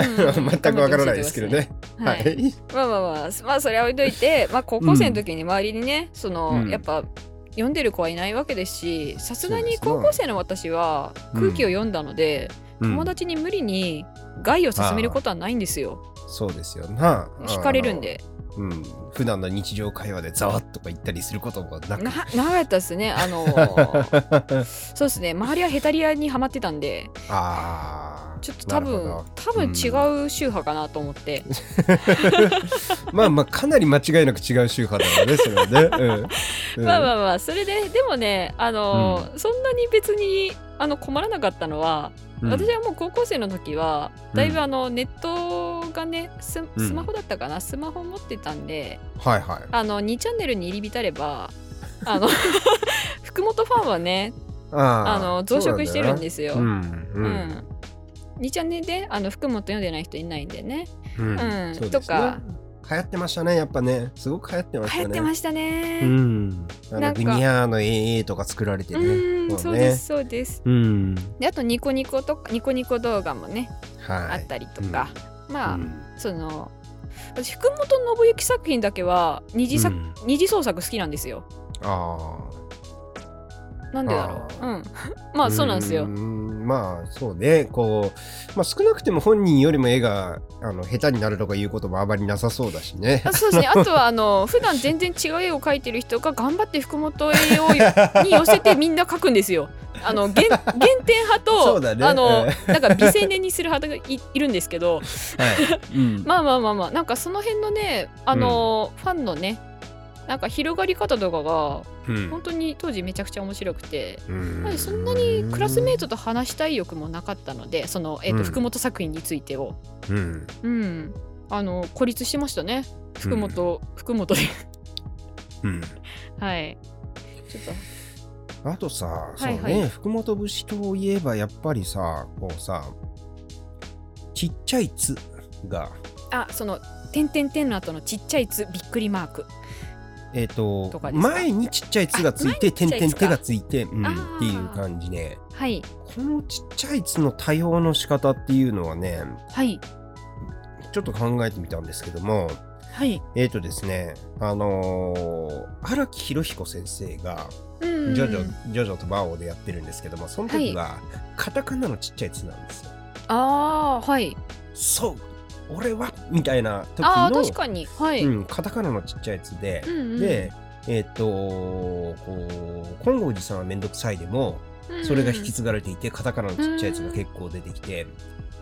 全くわからないですけどねは、はいい、まあまあまあまあそれは置いといて、まあ、高校生の時に周りにね、その、うんやっぱ読んでる子はいないわけですしさすがそうでにすな高校生の私は空気を読んだので、うん友達に無理に害を勧めることはないんですよそうですよな惹かれるんであのうん普段の日常会話でざわっとか言ったりすることもなくな長かったです ねあのーそうですね周りはヘタリアにはまってたんであーちょっと多なる分ほ多分違う宗派かなと思って、どまあまあかなり間違いなく違う宗派だよねそれはね、うんうん、まあまあまあそれででもねあのー、そんなに別にあの困らなかったのは、うん私はもう高校生の時はだいぶうんあのネットがねスうんスマホだったかな、スマホ持ってたんではいはいあの2チャンネルに入り浸れ ばあの 福本ファンはねああの増殖してるんすですよ。うんううんん、 2チャンネルであの福本読んでない人いないんでねうんうんそうですねとか流行ってましたねやっぱねすごく流行ってました流ね行ってましたうねん、あなのんかグニャーの AA とか作られてうね。んこそうねです。そうですうん。であとニコニコとかニコニコ動画もね、はい。あったりとか、まあ、うんその私福本信之作品だけは二次作、うん二次創作好きなんですよあなんでだろあううん まああそうなんですよまあそうね、こう、まあ、少なくても本人よりも絵があの下手になるとかいうこともあまりなさそうだしね。あそ うですね、あとはあの普段全然違う絵を描いてる人が頑張って福本絵をよに 寄せてみんな描くんですよ。あの原原点派 そと、うだねあのえなんか美青年にする派がいいるんです けど はい。うん まあまあまあまあなんかその辺のねあの、ファンのねなんか広がり方とかが本当に当時めちゃくちゃ面白くて。やっぱりそんなにクラスメートと話したい欲もなかったのでその、えーとうん福本作品についてを、ト、うんうん、あの孤立してましたね福本、福本 でうんはいちょっとあとさ、はいそうはね、い福本節といえばやっぱりさ、こうさ、ちっちゃい「つ」が、あその「点々点」の後のちっちゃい「つ」びっくりマーク、えっ、ととかですか前にちっちゃい「つ」がついて点前にちっちゃい々つか手がついて、うん、あっーていう感じねはいこのちっちゃい「つ」の多様の仕方っていうのはねはいちょっと考えてみたんですけどもはい。えっ、とですね、あのー荒木博彦先生が、うんジョジョ、ジョジョとバオでやってるんですけども、その時は、カタカナのちっちゃいやつなんですよ。ああ、はい。そう俺はみたいな時ああ、の確かに。はい。うん、カタカナのちっちゃいやつで、うんうんで、えっ、とこう、金剛寺さんはめんどくさいでも、それが引きき継がれていて、カタカナのちっちゃいやつが結構出てきて、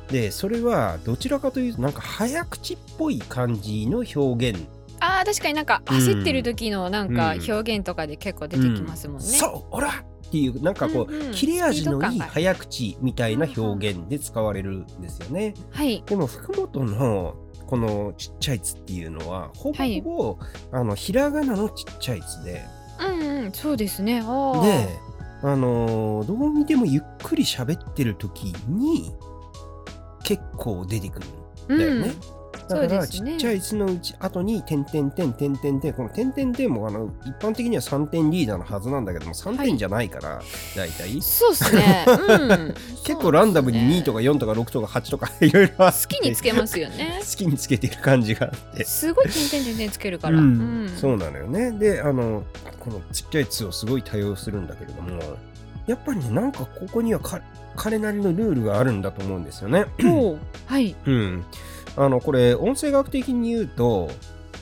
で、それはどちらかというと、なんか早口っぽい感じの表現ああ、確かになんかうん焦ってる時のなんかうん表現とかで結構出てきますもんね。そう俺はっていうなんかこう、うんうん切れ味のいいスピード感が早口みたいな表現で使われるんですよね。はい。でも福本のこのちっちゃい「つ」っていうのはほぼほぼ、あのひらがなのちっちゃい「つで」うんうん、そうですね。ああ。で、あのーどう見てもゆっくり喋ってる時に結構出てくるんだよね。だかそうでら、すちねっちゃい「つ」のうち後に「点点点点点点」この「点点点」もあの一般的には3点リーダーのはずなんだけども3はい点じゃないから、大体うん。そうですね。うん、 結構ランダムに2とか。か4とか6とか8とかいろいろあって好きにつけます よね。好きにつけてる感じがあって。すごい点々点々つけるから。ううんん。そうなのよねであのこのちっちゃい「つ」をすごい多用するんだけれどもやっぱりねなんかここにはか彼なりのルールがあるんだと思うんですよね。ほうはい。うん、あのこれ音声学的に言うと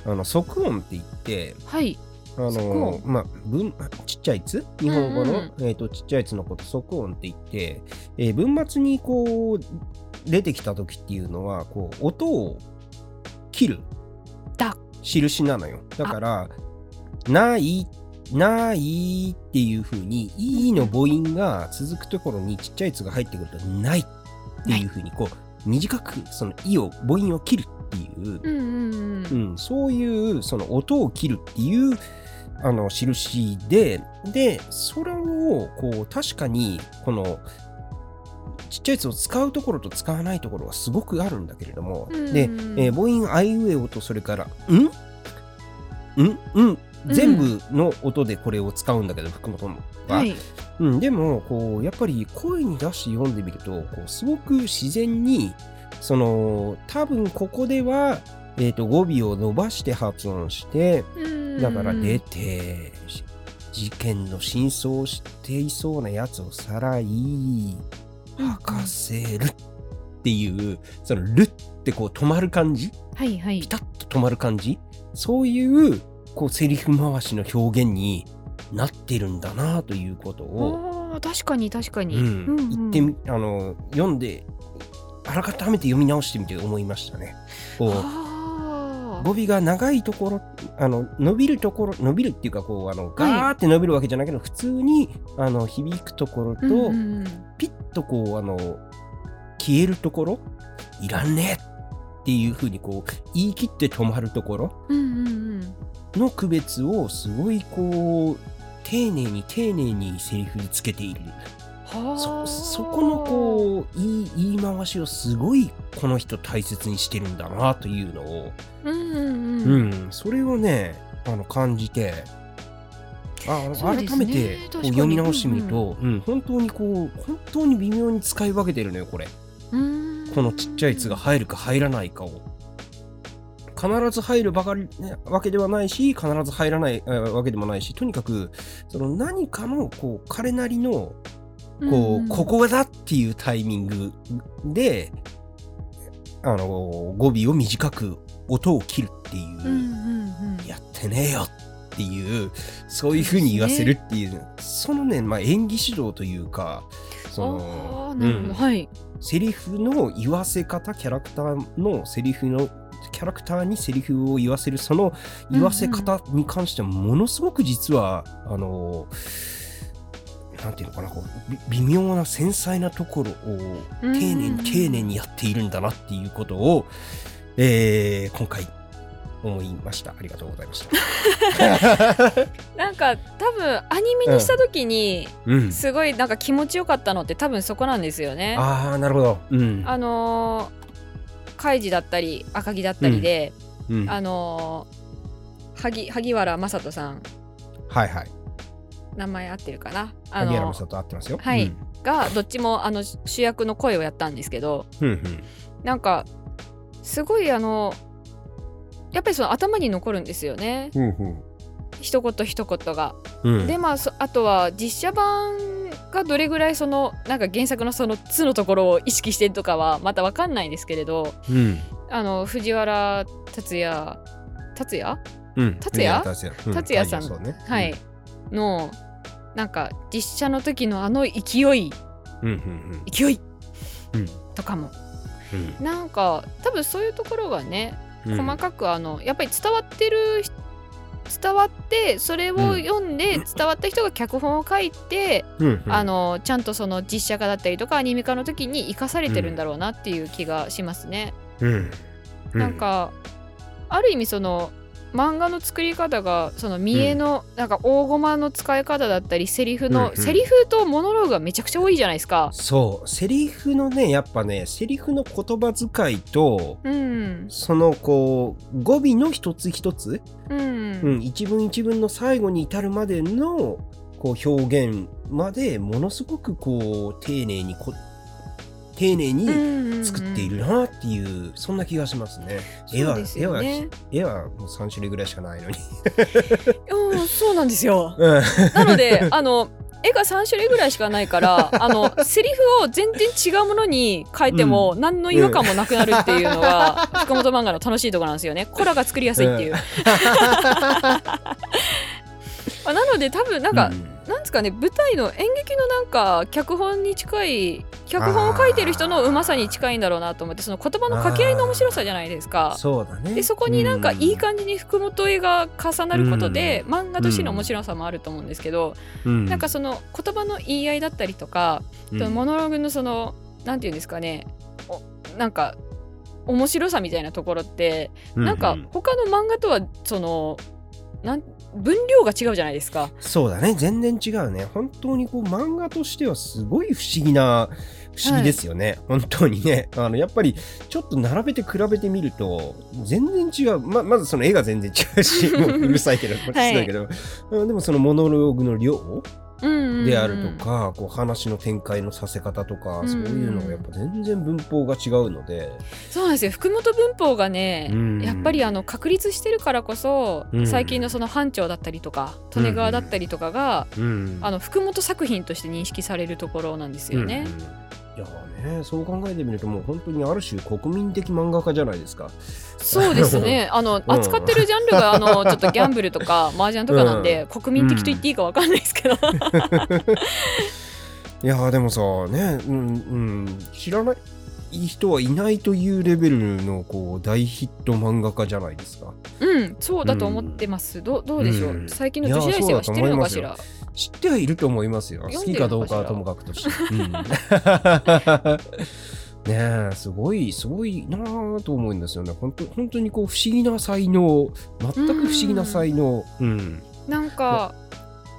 あの即音って言ってはい。あの即音まあ、文ちっちゃい「つ」日本語の、うんえー、とちっちゃい「つ」のこと即音って言って、えー文末にこう出てきた時っていうのはこう音を切るだ印なのよだから「ない」「ない」っていう風に「い」の母音が続くところにちっちゃい「つ」が入ってくると「ない」っていう風にこう短くその「い」を母音を切るっていううんうんう。うんん、そういうその音を切るっていうあの印ででそれをこう確かにこのちっちゃいやつを使うところと使わないところはすごくあるんだけれども、うんで、えー母音あいうえおとそれから「ん?」んうん全部の音でこれを使うんだけど、福本は、はい。うん、でもこうやっぱり声に出して読んでみるとこうすごく自然にその多分ここでは、えー、と語尾を伸ばして発音してだから出でて、し事件の真相を知っていそうなやつをさらい吐かせるっていうその「る」ってこう止まる感じはいはいピ。タッと止まる感じそういうこうセリフ回しの表現になってるんだなということを。ああ、確かに確かに。うんうんうん行ってみあの読んで改めて読み直してみて思いましたね。こうあ語尾が長いところあの伸びるところ伸びるっていうかこうあのガーって伸びるわけじゃないけど、普通にあの響くところと、ーうんうんうんピッとこうあの消えるところいらんねっていうふうにこう言い切って止まるところうんうんうん。の区別をすごいこう丁寧に丁寧にセリフにつけているはあそそこのこう言い言い回しをすごいこの人大切にしてるんだなというのを、う。うんうんううん。んそれをねあの感じてああのそうです改ねめてこ確うかに読み直してみると、うん本当にこう本当に微妙に使い分けてるのよこれうんこのちっちゃい「つ」が入るか入らないかを。必ず入るばかりねわけではないし必ず入らないえーわけでもないしとにかくその何かのこう彼なりのこう、ここだっていうタイミングで、あの、語尾を短く音を切るっていう、うんうんうん。やってねえよっていう、そういうふうに言わせるっていう、そのね、まあ、演技指導というか、そあのあ、、うなるほん、ど。はい。セリフの言わせ方、キャラクターのセリフの、キャラクターにセリフを言わせる、その言わせ方に関しては、ものすごく実は、あの、なんていうのかな、こうび微妙な繊細なところを丁丁寧に丁寧に。やっているんだなっていうことを、えー今回思いました。ありがとうございま した。なんか多分アニメにした時にうん、すごいなんか気持ちよかったのって多分そこなんですよね。ああ、なるほど。うん。あのー、カイジだったり赤木だったりで、うん、はあのー、萩萩原雅人さんいはい。名前合ってるかな。あ萩原の美里合ってますよ。はいうんがどっちもあの主役の声をやったんですけど、うんうんなんかすごいあのやっぱりその頭に残るんですよねうんうん一言一言が。うんでまあそあとは実写版がどれぐらいそのなんか原作のその「つ」のところを意識してるとかはまた分かんないですけれどうんあの藤原竜也竜也うん達也達也うん達也さん太陽そうねはい、のなんか実写の時のあの勢いうんうん勢いうんうんとかもうんなんか多分そういうところがねうん細かくあのやっぱり伝わってる人伝わってそれを読んで伝わった人が脚本を書いて、うんうんあのちゃんとその実写化だったりとかアニメ化の時に生かされてるんだろうなっていう気がしますね。うんうなんかある意味その漫画の作り方がその見栄の、なんか大駒の使い方だったりセリフうの、んうんセリフとモノローグがめちゃくちゃ多いじゃないですか。そうセリフのねやっぱねセリフの言葉遣いとうん、そのこう語尾の一つ一つ、うん、うん、一文一文の最後に至るまでのこう表現までものすごくこう丁寧にこ丁寧うんにうんうん作っているなっていう、そんな気がしますね。絵そうは、です絵よはね。絵はもう3種類ぐらいしかないのに。うんそうなんで すよ。うんなので あの絵が3種類ぐらいしかないからあのセリフを全然違うものに変えても何の違和感もなくなるっていうのが福本漫画の楽しいところなんですよね。コラが作りやすいっていう。 まあなので多分なんか、なんですかね舞台の演劇のなんか脚本に近い脚本を書いてる人のうまさに近いんだろうなと思ってその言葉の掛け合いの面白さじゃないですうんか。そうだね。でそこになんかいいか、感じに福本絵が重なることで、漫画としての面白さもあると思うんですけど、うんなんかその言葉の言い合いだったりとか、うんそのモノローグのそのなんていうんですかねおなんか面白さみたいなところって、なんうかう他の漫画とはそのなん分量が違うじゃないですか。そうだね全然違うね本当にこう漫画としてはすごい不思議な不思議ですよね、本当にねあのやっぱりちょっと並べて比べてみると全然違うままずその絵が全然違う しもううるさいけどこれはいだけど、うんでもそのモノローグの量うんうんうんであるとか、こう話の展開のさせ方とか、うんそういうのがやっぱ全然文法が違うので、そうなんですよ福本文法がね、うんやっぱりあの確立してるからこそ、うん最近のその班長だったりとか利根川だったりとかが、うんあの福本作品として認識されるところなんですよね。うんうんいやーねそう考えてみるともう本当にある種国民的漫画家じゃないですか。そうですね。あの、 うん扱ってるジャンルがあのちょっとギャンブル とか麻雀とかなんで、国民的と言っていいかわかんないですけど。いやーでもさね、うんうん、知らない人はいないというレベルのこう大ヒット漫画家じゃないですかうん、そうだと思ってます。どうどうでしょう。うん最近の女子大生は知ってるのかしら。知ってはいると思いますよ好読んきでるかのどうかしらかはともかくとして、 うんねえすごいすごいなあと思うんですよね本当本当にこう不思議な才能全く不思議な才能うんなんか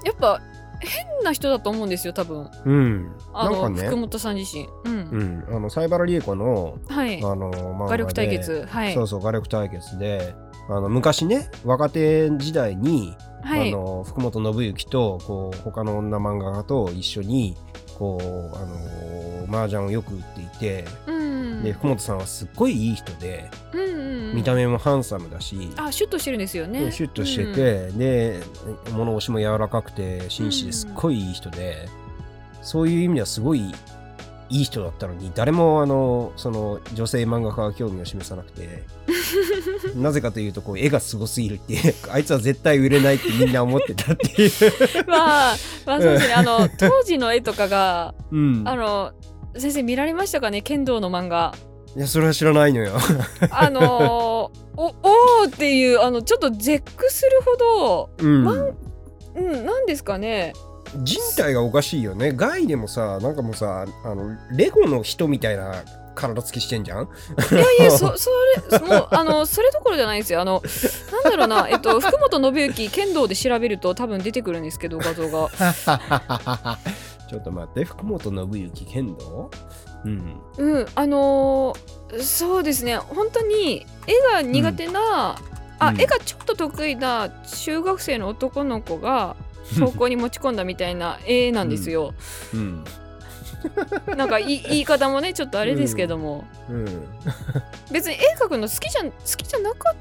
やっぱ変な人だと思うんですよ。多分うん、なあの、んか福ね、本さん自身。う。うんん、あのサイバラリエコのはいあ。の漫画で画力対決。はいそ。うそう、画力対決で、あの昔ね、若手時代に、はあい。の福本信之とこう他の女漫画家と一緒に、こうあの麻雀をよく売っていて、うん。で福本さんはすっごいいい人で、うんうんうん。見た目もハンサムだし、あ、シュッとしてるんですよね。シュッとしてて、で物腰も柔らかくて紳士ですっごいいい人で、そういう意味ではすごいいい人だったのに誰もあのその女性漫画家は興味を示さなく てなぜかというとこう絵がすごすぎるっていうあいつは絶対売れないってみんな思ってたっていう、うん。まあ、まあそうですね。あ の当時の絵とかが。うん、あの先生見られましたかね剣道の 漫画いやそれは知らないの よ。あのーおおーっていうあのちょっと絶句するほどうんうんなんですかね人体がおかしいよねガイでもさなんかもうさあのレゴの人みたいな体つきしてんじゃ んいやいやそそれもうあのそれどころじゃないんですよあのなんだろうなえっと福本信之剣道で調べると多分出てくるんですけど画像がちょっと待って、福本信之剣道うん。うんあのーそうですね本当に絵が苦手な、あうん絵がちょっと得意な中学生の男の子が投稿に持ち込んだみたいな絵なんですよ、うん。なんかいい言い方もねちょっとあれですけども、うん。別に絵描くの好きじゃ好きじゃなかっ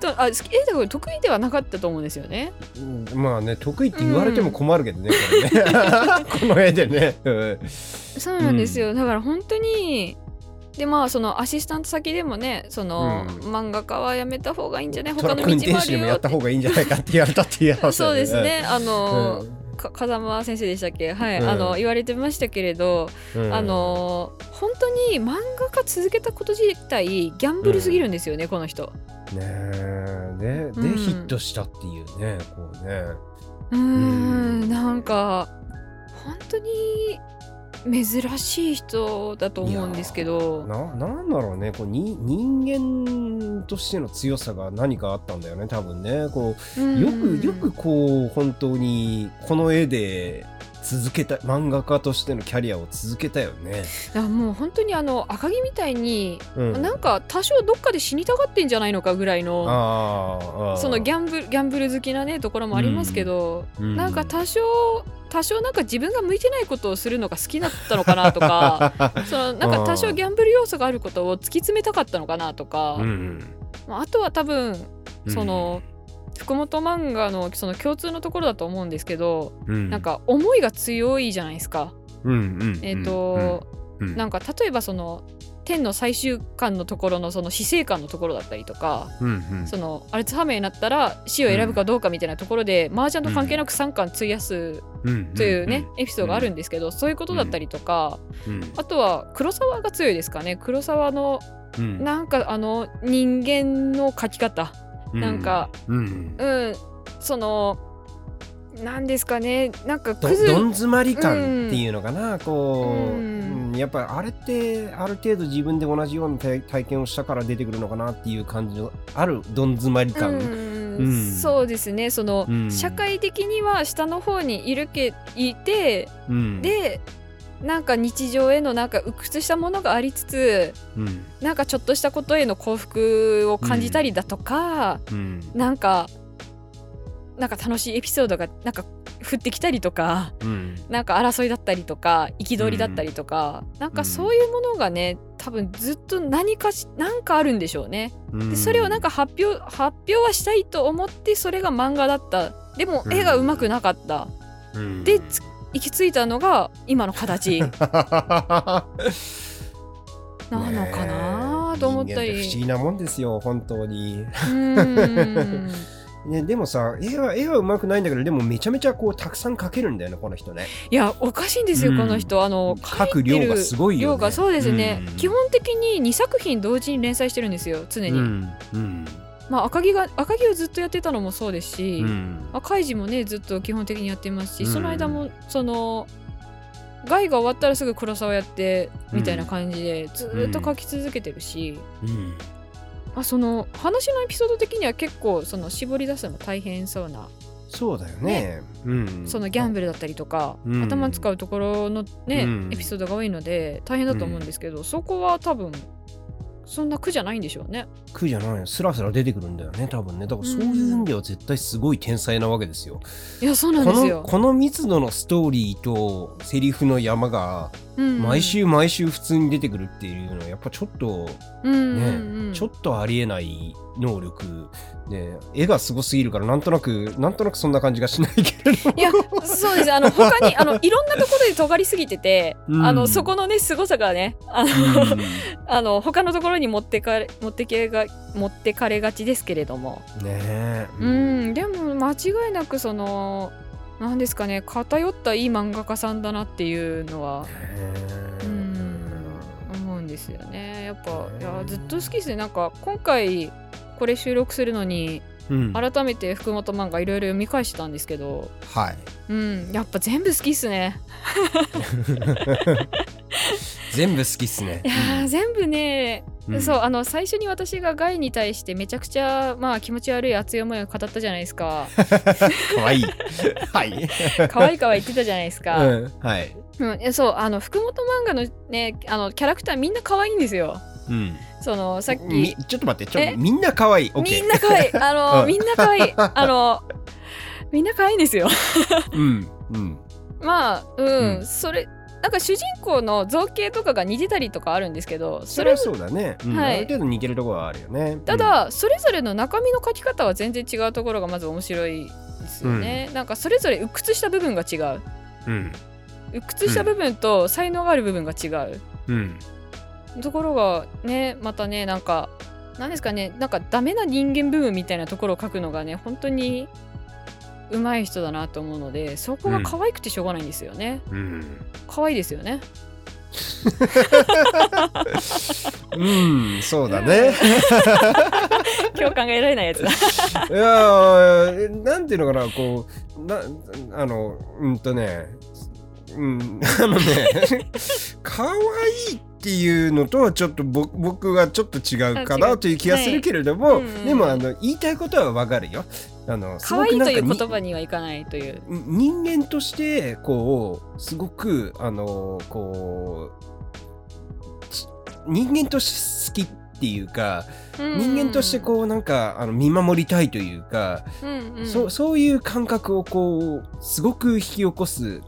だあ好き絵とか得意ではなかったと思うんですよね。うんまあね得意って言われても困るけどね、これ ねこの絵でね、うんそうなんですよ、だから本当にでまあそのアシスタント先でもねその、うん漫画家はやめた方がいいんじゃないト他ラのッ道ク運転もあ手るでもよやっったて方がいいんじゃないかって言われたって言い合わせそうですねあうの、んか風間先生でしたっけはい、うんあの言われてましたけれど、うんあの本当に漫画家続けたこと自体ギャンブルすぎるんですよね、この人。ねえでで、うんヒットしたっていうねこうねううーんんなんか本当に珍しい人だと思うんですけど。ななんだろうねこうに人間としての強さが何かあったんだよね多分ねこうようんくよくこう本当にこの絵で続けた漫画家としてのキャリアを続けたよね。いやもう本当にあの赤城みたいに、うん、なんか多少どっかで死にたがってんじゃないのかぐらいのあーあそのギャャンブルギャンブル好きなねところもありますけど、ンなんか多少多少なんか自分が向いてないことをするのが好きだったのかなと かそのなんか多少ギャンブル要素があることを突き詰めたかったのかなとか、うんまああとは多分うんその、福本漫画のその共通のところだと思うんですけど、うん、なんか思いが強いじゃないですか。うんうんうんえっ、と、うんうんなんか例えばその天の最終巻のところのその死生観のところだったりとか、うんうんそのアルツハイマーになったら死を選ぶかどうかみたいなところで、麻雀と関係なく3巻費やすうんというね、エピソードがあるんですけど、そういうことだったりとか、うんあとは黒沢が強いですかね黒沢のうんなんかあの人間の描き方うんなんかうんうんそのなんですかねなんかどクズどん詰まり感っていうのかな、こう、うんうんやっぱりあれってある程度自分で同じような体体験をしたから出てくるのかなっていう感じのあるどん詰まりう感、んうんそうですねその、うん社会的には下の方にいるけいてうん、でなんか日常へのなんか鬱屈したものがありつつうんなんかちょっとしたことへの幸福を感じたりだとか、うんなんかなんか楽しいエピソードがなんか降ってきたりとかうんなんか争いだったりとか憤りだったりとか、なんかそういうものがね多分ずっと何かしなんかあるんでしょうね。うんでそれをなんか発表発表はしたいと思ってそれが漫画だったでも絵がうまくなかった、うん でつ行き着いたのが今の形なのかなと思ったねえ人間て不思り。議なもんですよ本当に、うーんね、でもさ絵は絵はうまくないんだけどでもめちゃめちゃこうたくさん描けるんだよねこの人ねいやおかしいんですよ、うんこの人あの描書くいてる量がすごいよね量がそうですね、うん基本的に2作品同時に連載してるんですよ常に、うんうんまあ赤木が赤木をずっとやってたのもそうですし、うんまあ、カイジもねずっと基本的にやってますし、うんその間もその害が終わったらすぐ黒沢やってみたいな感じでずーっと書き続けてるし、うんまあ、その話のエピソード的には結構その絞り出すのも大変そうな、そうだよね。うん、そのギャンブルだったりとか、うん頭使うところのね、うんエピソードが多いので大変だと思うんですけど、そこは多分そんな苦じゃないんでしょうね。苦じゃないよ。スラスラ出てくるんだよね、多分ね。だからそういう意味では絶対すごい天才なわけですよ。いやそうなんこですのよ。この密度のストーリーとセリフの山がうん毎、週毎週普通に出てくるっていうのはやっぱちょっと、うんうんねうん、ちょっとありえない能力で絵がすごすぎるからなんとなくなんとなくそんな感じがしないけれどもいやそうですあの他にあのいろんなところで尖りすぎてて、うんあのそこのね凄さがねあの,、 あの他のところに持ってかれ持ってけが持ってかれがちですけれども、うんねえう、ん、でも間違いなくそのなんですかね偏ったいい漫画家さんだなっていうのはねえうん思うんですよねやっぱうんいやずっと好きですねなんか今回これ収録するのにうん改めて福本漫画いろいろ読み返してたんですけど、はいうん、やっぱ全部好きっすね。全部好きっすねいやー全部ね、うんそうあの最初に私がガイに対してめちゃくちゃ、まあ、気持ち悪い熱い思いを語ったじゃないで すか可 愛いはい。可愛い可愛い言ってたじゃないですうか、ん、はい。うんえそうあの福本漫画のねあのキャラクターみんな可愛いんですようん。そのさっきみちょっと待って、ちょっえとみんな可愛い。オッみケんな可 愛いあの、うんみんな 可愛いあのみんな可愛いんですよ ー。うん。うん。まあうん、うんそれなんか主人公の造形とかが似てたりとかあるんですけどそそれれはそうだね、うんはいある程度似てるところはあるよねた、だ、それぞれの中身の書き方は全然違うところがまず面白いですよね、なんかそれぞれ鬱屈した部分が違ううん鬱屈した部分と才能がある部分が違う、うんところがねまたねなんかなんですかねなんかダメな人間部分みたいなところを書くのがね本当に上手い人だなと思うのでそこが可愛くてしょうがないんですよね、うん、 うん可愛いですよ ねうん、そうだね。今日考えられないやつだいやー、なんていうのかな、こう、な、あの、うんとね、うん、 あのね、可愛いっていうのとはちょっとぼ僕はちょっと違うかあ違なうという気がするけれども、はいうんうんでもあの言いたいことはわかるよ。あのす 可ごく愛いなとんかにいう言葉にはいかないという人間としてこうすごくあのこうち人間として好きっていうか、人間としてこうなんかあの見守りたいというか、うん、うんうん、そそういう感覚をこうすごく引き起こす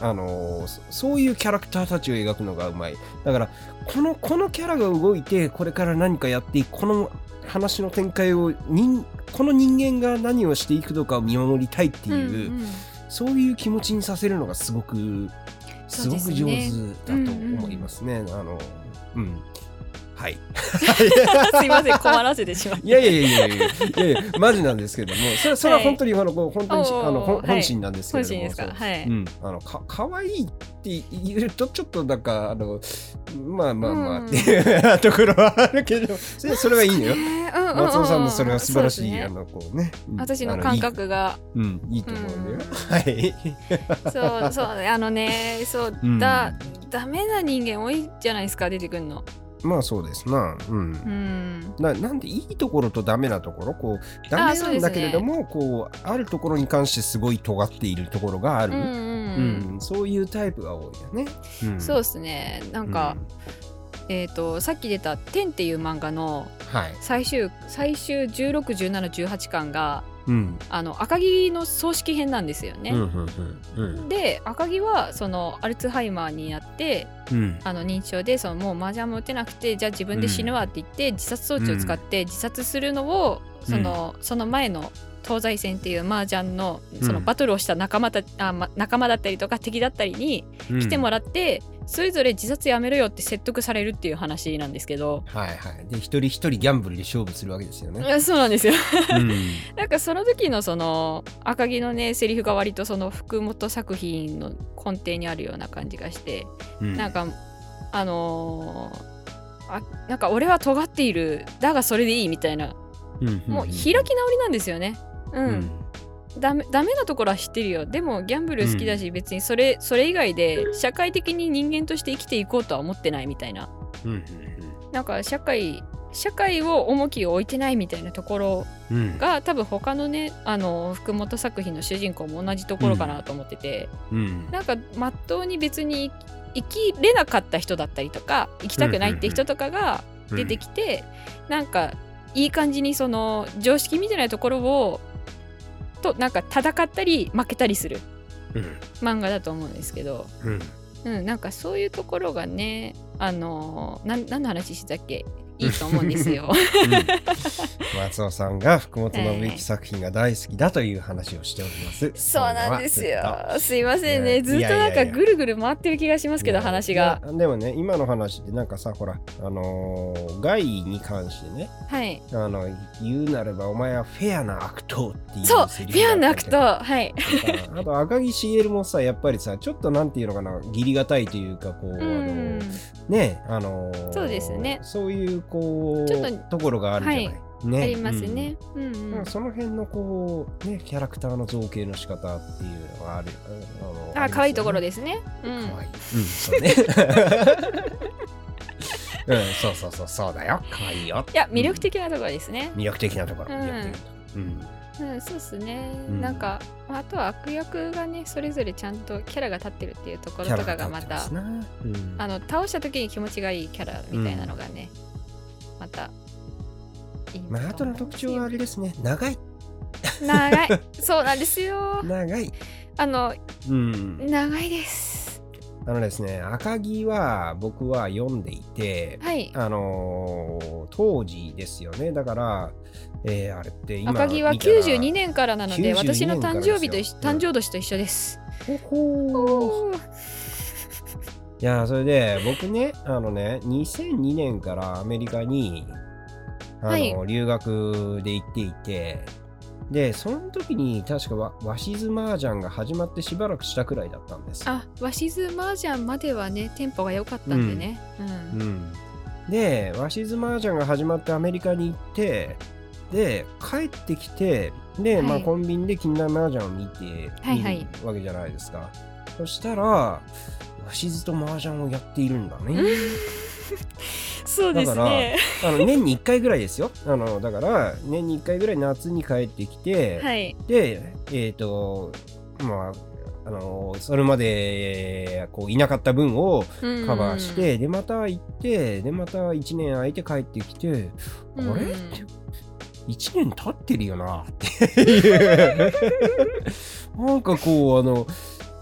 あのそそういうキャラクターたちを描くのがうまいだからこのこのキャラが動いてこれから何かやっていくこの話の展開を人この人間が何をしていくのかを見守りたいっていう、ん んそういう気持ちにさせるのがすごくすごく上手だと思いますね。あのうん はい。すいません困らせてし まっいやいやいやいやいやいやいやマジなんですけどもそれそれははい本当にあのこう本当にしおーあのほんはい本心なんですたけ本れども。心ですかそうはい、うん、あのかかわいいって言うとちょっとなんかあのまあまあまうあんっていうところはあるけどそれそれはいいのよね。うんうんうん松尾さんのそれは素晴らしい、そうですあねのこうねうん私のあ感い覚がいうんいいと思うんだよ、うんはいそうそうあのねそううんだ、ダメな人間多いじゃないですか出てくるのまあそうですなうんうんななんでいいところとダメなところこうダメあーなそうでんすねだけれどもこうあるところに関してすごい尖っているところがあうんる、ううんん、そういうタイプが多いよね。うん、そううですねなんか、えっ、とさっき出た「天」っていう漫画のんはい、最終最終161718巻がうんあの赤木の葬式編なんですよね、うんうんうんで赤木はそのアルツハイマーになってうんあの認知症でそのもう麻雀も打てなくてじゃあ自分で死ぬわって言って、自殺装置を使って自殺するのを、そのその前の東西戦っていう麻雀のそうのんバトルをした仲間た、あま仲間だったりとか敵だったりにうん来てもらって、それぞれ自殺やめろよって説得されるっていう話なんですけど。はいはいで一人一人ギャンブルで勝負するわけですよね。あそうなんですようん なんかその時のその赤木のねセリフが割とその福本作品の根底にあるような感じがしてうんなんかあのーあなんか俺は尖っているだがそれでいいみたいなもう開き直りなんですよね。うん、ダメダメなところは知ってるよでもギャンブル好きだし、別にそれそれ以外で社会的に人間として生きていこうとは思ってないみたいなうんなんか社会社会を重きを置いてないみたいなところうんうんが多分他のねあの福本作品の主人公も同じところかなと思ってて、うんなんかまっとうに別に生きれなかった人だったりとか生きたくないって人とかがうん出てきて、なんかいい感じにその常識みたいなところをとなんか戦ったり負けたりするうん漫画だと思うんですけど、うんうん、なんかそういうところがねあのなん何の話してたっけいいと思うんです よ。うん松尾さんが福本信之作品が大好きだという話をしております。そうなんですよこれはずっと。すいませんいやね。ずっとなんいやいやかいやぐるぐる回ってる気がしますけど、ね話が。いやでもね今の話ってなんかさほらあのー害に関してねはい。あの言うなればお前はフェアな悪党っていうそう、フセリェアフがなあっくたりと、はい。と かあと赤木しげるもさやっぱりさちょっとなんていうのかな義理がたいというかこう、うあのん。ねあのーそうですねそういうこうちょっとところがあるじゃない、はねありますね。うんううんん。その辺のこうねキャラクターの造形の仕方っていうのがあるあのあ、可愛いところでですね。う可ん。愛い。うん、そうね。 うん、そうそうそう、そうだよ。可愛いよ。いや、魅力的なところですね。魅力的なところ。うん魅力的なところうん。うん、そうですね。うんなんか、まああとは悪役がね、それぞれちゃんとキャラが立ってるっていうとこキろャとラかが立がまってまたす、な。うんあの、倒した時に気持ちがいいキャラみたいなのがね、また、いいまあ、あとの特徴はあれですね。長い。長い。そうなんですよ。長い。あの、うん。長いです。あのですね、赤木は僕は読んでいて、はい。あのー当時ですよね。だから、えーあれって今赤木は見たら92年からなので、 92私の誕生日と一緒、からですようん誕生年と一緒です。ほほーいやーそれで僕ねあのね2002年からアメリカにあの、はい留学で行っていてでその時に確かわ鷲津麻雀が始まってしばらくしたくらいだったんです。あ、鷲津麻雀まではね、テンポが良かったんでね。うん。うん、で鷲津麻雀が始まってアメリカに行ってで帰ってきてで、はいまあ、コンビニで近代麻雀を見て、はいはい見るわけじゃないですか。そしたら鷲津と麻雀をやっているんだね。そうですね。あの年に1回ぐらいですよ。あのだから年に1回ぐらい夏に帰ってきて、はい。で、えっ、と、まあ、あのそれまでこういなかった分をうんカバーして、でまた行ってでまた1年空いて帰ってきて、あれうっんて1年経ってるよ なっていうなんかこうあの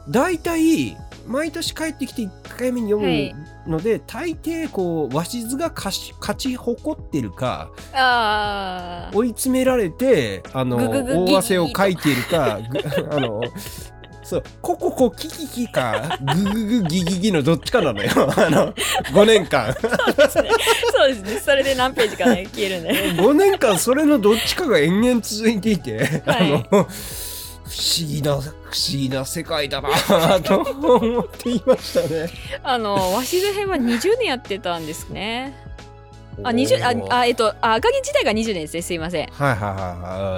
大体毎年帰ってきて1回目に読はいむので、大抵こう鷲津が勝ち勝ち誇ってるかああ。追い詰められてあのグググ大汗をかいているかぐ あのそうコココキキキかグググギギギのどっちかなのよあの5年間そうですね。それで何ページかね、消え るね。 5年間それのどっちかが延々続いていて、はいあの不思議な不思議な世界だな ぁと思っていましたね。あの、鷲津編は20年やってたんですね。あ、20、あ、あえっと、あ赤木時代が20年ですね。すいません。はいはいはい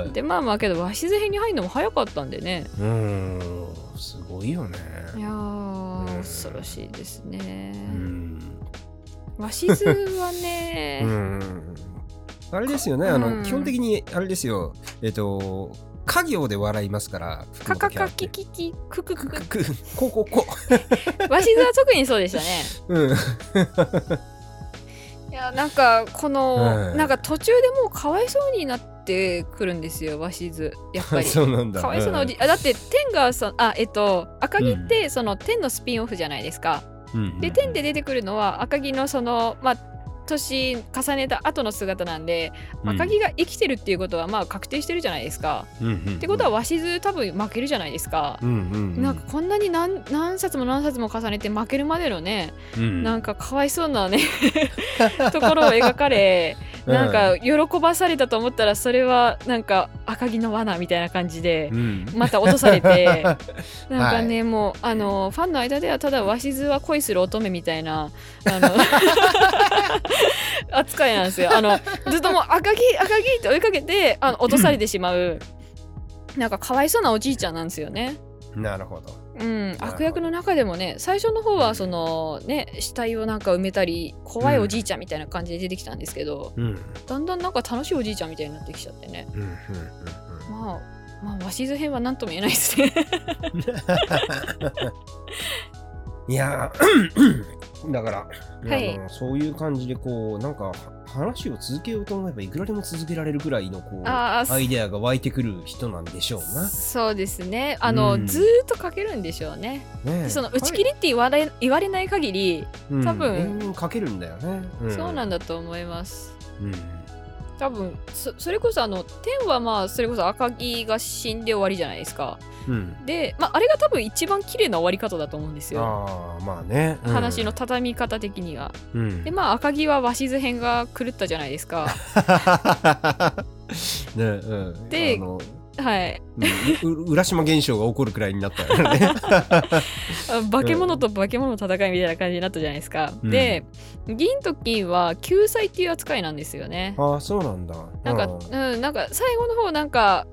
はい。で、まあまあけど、鷲津編に入るのも早かったんでね。うーんすごいよね。いやー、うん恐ろしいですね。うん鷲津はねう、んあれですよね、あの、うん基本的にあれですよ、えっと、家業で笑いますから、カカカキキキキククク クく、こうこうこ鷲津は特にそうでしたね。う。うん。いやなんかこの、うんなんか途中でもうかわいそうになってくるんですよ鷲津やっぱ り。そうなんだ。かわいそうなおじ、あだって天がさんあえっと赤木ってその天のスピンオフじゃないですか。うんで天で出てくるのは赤木のそのまあ年重ねた後の姿なんで赤木、が生きてるっていうことはまあ確定してるじゃないですか。ってことはは、鷲津多分負けるじゃないですか。うんうんうん、なんかこんなに何何冊も何冊も重ねて負けるまでのねうんなんかかわいそうなね ところを描かれうんなんか喜ばされたと思ったらそれはなんか赤木の罠みたいな感じでうんまた落とさ れてなんかはねもうあのファンの間ではただ鷲津は恋する乙女みたいなあ の扱いなんですよあのずっともう赤木赤木って追いかけてあの落とされてしまうなんかかわいそうなおじいちゃんなんですよね。なるほど。うん、ほど悪役の中でもね最初の方はそのね死体をなんか埋めたり怖いおじいちゃんみたいな感じで出てきたんですけど、うんうんだんだんなんか楽しいおじいちゃんみたいになってきちゃってねうんうんまあまあ鷲津編は何とも言えないですねうんいや ーだから、はいあのそういう感じでこうなんか話を続けようと思えばいくらでも続けられるぐらいのこう あアイあデアが湧いてくる人なんでしょうそうですねあの、うんずーっと書けるんでしょうねな。ねえでその打ち切りって言われ言われない限り、うん多分延々かけるんだよね。そうなんだ。だと思いますうん多分そそれこそあの天はまあそれこそ赤木が死んで終わりじゃないですかうんで、まあ、あれが多分一番綺麗な終わり方だと思うんですよああまあね。うん話の。畳み方的には。うんでまあ赤木は鷲津編が狂ったじゃないですか。 ねうんであのはい。うんうう浦島現象が起こるくらいになったよ ね。あ化け物と化け物の戦いみたいな感じになったじゃないですか。うんで銀と金は救済っていう扱いなんですよね。ああそうなんだ。なんか、ううん、なんか最後の方なんか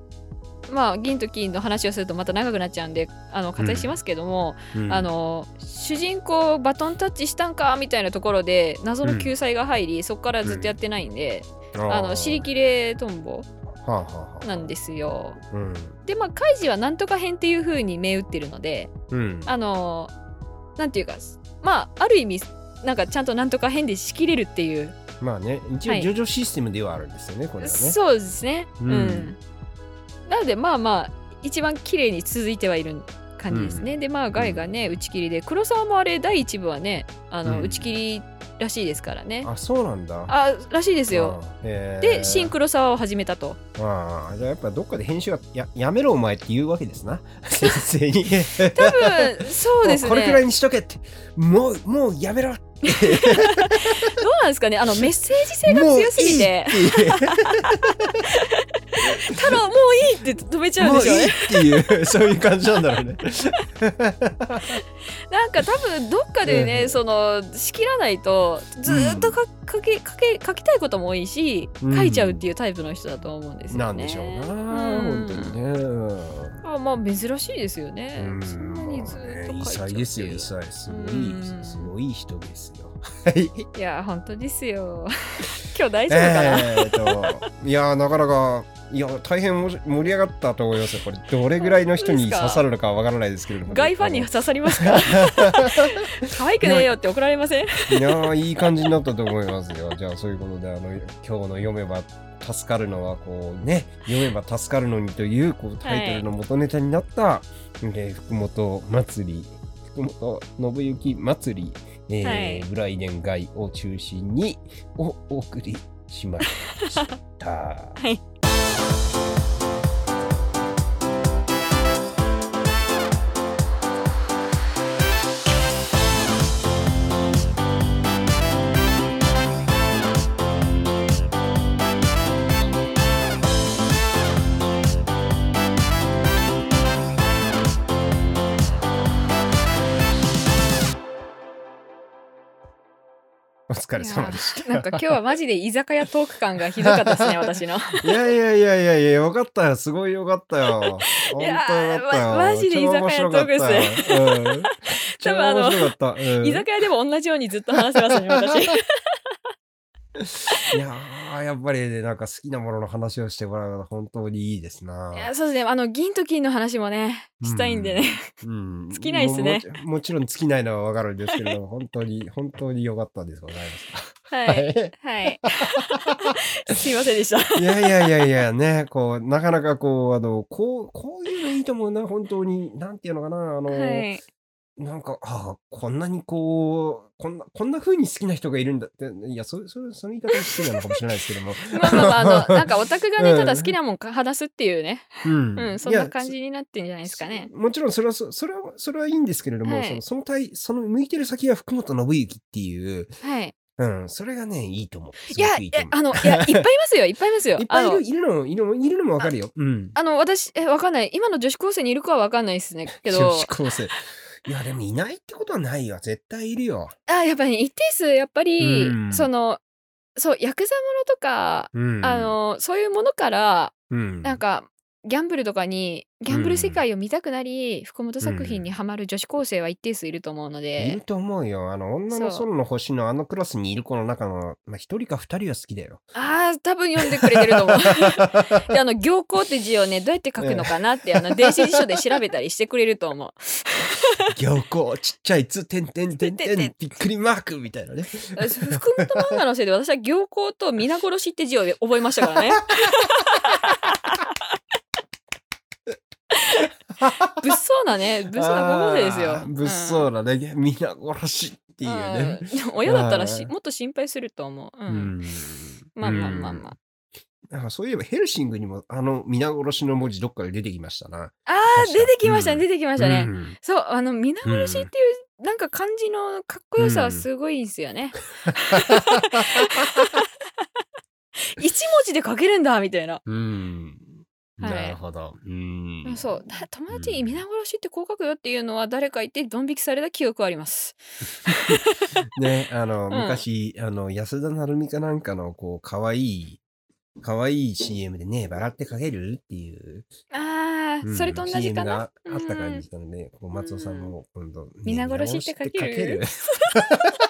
まあ銀と金の話をするとまた長くなっちゃうんであの割愛しますけども、うんあの主人公バトンタッチしたんかみたいなところで謎の救済が入り、そこからずっとやってないんで、あの尻切れトンボはあはあはあなんですよ。うんでまあカイジはなんとか編っていう風に銘打ってるのでうんあのーなんていうかまあある意味なんかちゃんとなんとか編で仕切れるっていう、まあね一応はいジョジョシステムではあるんですよねこれはね。そうですねううんん、なのでまあまあ一番綺麗に続いてはいる感じですね、うでまあガイがね打ち切りで黒沢もあれ第一部はねあの、うん打ち切りらしいですからねあそうなんだああらしいですよあへーで新黒沢を始めたとああじゃあやっぱどっかで編集はややめろお前って言うわけですな 先生に多分そうですもこねれくらいどにしとけってもうもうやめろうなんですかねあのメッセージ性が強すぎ てもういいっていう「太郎もういい!」って止めちゃうんもでういしょういねっていうそういう感じなんだろうね。なんか多分どっかでね、うんその仕切らないとずーっとか書き書き書きたいことも多いしうん書いちゃうっていうタイプの人だと思うんですよね。なんでしょうな、う本ん当にね。あまあ珍しいですよね。うんそんなにずーっとまあね異書いちゃうっ彩ていうですよ、異彩。すごうんい、すごい人ですよ。はい。いや本当ですよ。 今日大丈夫かな、えーっと、いやー、なかなか、いや、大変もし盛り上がったと思いますよ。これ、どれぐらいの人に刺さるのかわからないですけれども。ガイファンに刺さりますか可愛くねえよって怒られませんいやーいい感じになったと思いますよ。じゃあそういうことであの今日の読めば助かるのはこうね読めば助かるのにというこうタイトルの元ネタになった、えー福本祭り福本信行祭り、えーはい。ブライデン街を中心にをお送りしました。 はい お疲れ様でしなんた。か今日はマジで居酒屋トーク感がひどかったです ね私の。いやいやいやいやいや、よかったよ。すごいよかったよ。本当いよやーかったよ。まマジで居酒屋トークっす超面白かったよ。うん。超面白かった。うん 居酒屋でも同じようにずっと話せます ね私。。いやー、やっぱりね、なんか好きなものの話をしてもらうのは本当にいいですないやそうですねあの銀と金の話もねしたいんでね、うん、尽きないっすねももち。もちろん尽きないのはわかるんですけれども、本当に、本当に良かったです。ございまはす。いい。はい すいません でしたいやいやいやいや、ね、こう、なかなかこう、あの、こう、こういうのいいと思うな、本当に。なんていうのかな、あの、はい。なんか、ああ、こんなにこう、こんな、こんな風に好きな人がいるんだって、いや、そ、そ、その言い方が失礼なのかもしれないですけども まあまあまああ のなんかオタクがね、うんただ好きなもんか話すっていうねうんうんそんいやな感じになってんじゃないですかねそもちろんそれはそ、それは、それはいいんですけれども、はいその、その対、その向いてる先が福本信之っていう、はいうん、それがね、いいと思う。いやすごくいいいとや思うあのい やいっぱいいますよいっぱいいますよいっぱいいあのる、いるの、いるの、いるのもわかるよ。うん。あの私えわかんない今の女子高生にいるかはわかんないです ねけ女ど子高生。いや、でもいないってことはないよ。絶対いるよ。あやっぱり、ね、一定数やっぱり、うんそのそうヤクザものとか、うん。あ、のそういうものからうん。なんかギャンブルとかにギャンブル世界を見たくなり、福本作品にはまる女子高生は一定数いると思うのいるで、と思うよ。あの、女のそう園の星のあのクラスにいる子の中の、まあ、一人か二人は好きだ よ。ああ多分読んでくれてると思う であの行幸って字をねどうやって書くのかなってあの電子辞書で調べたりしてくれると思う行こう、ちっちゃいつ、てんてんてんてん、びっくりマークみたいなね。福本漫画のせいで私は行幸と皆殺しって字を覚えました からね物騒なね物騒な高校生ですよあー物騒なね、皆殺しっていうね。うん親だったらしうんもっと心配すると思う、ううんんまあまあまあまあ、なんかそういえばヘルシングにもあの皆殺しの文字どっかで出てきましたな。あー確か出てきましたうんね出てきましたね、うんそうあの皆殺しっていう、なんか漢字のかっこよさはすごいんですよ ね、一文字で書けるんだみたいなうん。はいなるほど。うん。そうだ友達に皆殺しってこう書くよっていうのは誰か言ってドン引きされた記憶はありますね、あの、ん昔、あの、安田成美かなんかの、こう、可愛い可愛い CM でね、笑ってかけるっていう、あー、うんそれと同じ CM かながあった感じなので、こう松尾さんも今度、ね皆殺しってかける皆殺しってかける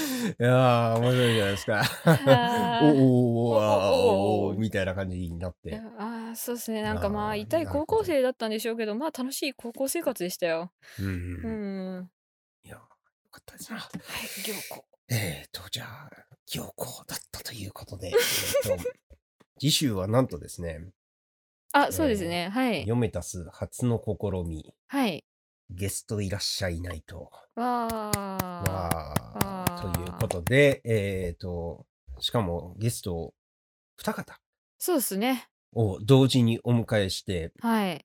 いやー、面白いじゃないですか。あ おーおおおあーおおおおーみたいな感じになって。あーそうですねなんかまああー痛いなるほ高ど校生だったんでしょうけどまあ楽しい高校生活でしたようんう。うんんいやー、よかったですな。はい、行子。えーと、じゃあ、 行行だったということで、えーと次週はなんとですね、あ、そうですね。はい。読めたす初の試み。はい。ゲストいらっしゃいないと。わわあ。ああーということで、えっ、と、しかもゲストを二方そうですね。を同時にお迎えして、はい。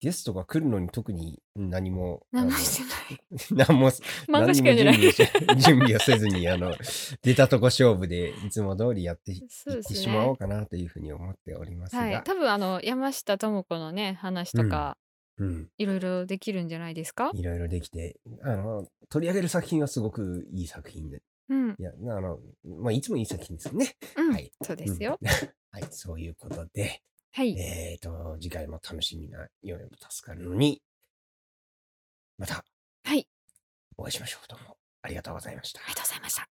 ゲストが来るのに特に何も、あ何のもしてない。 何も、漫画しか読んでない何にも準備をし準備をせずに、あの、出たとこ勝負でいつも通りやっていそうっでてすしまおうね。かなというふうに思っておりますが、はい。多分あの山下智子のね話とか、うん、いろいろできるんじゃないですか。いろいろできて、あの、取り上げる作品はすごくいい作品で、うん。いや、あの、まあ、いつもいい作品ですよね。うん。はいそうですよ。うん。 はい、そういうことで、はい。えっ、と、次回も楽しみなように助かるのに、またはい。お会いしましょう。どうもありがとうございましたあり。がとうございました。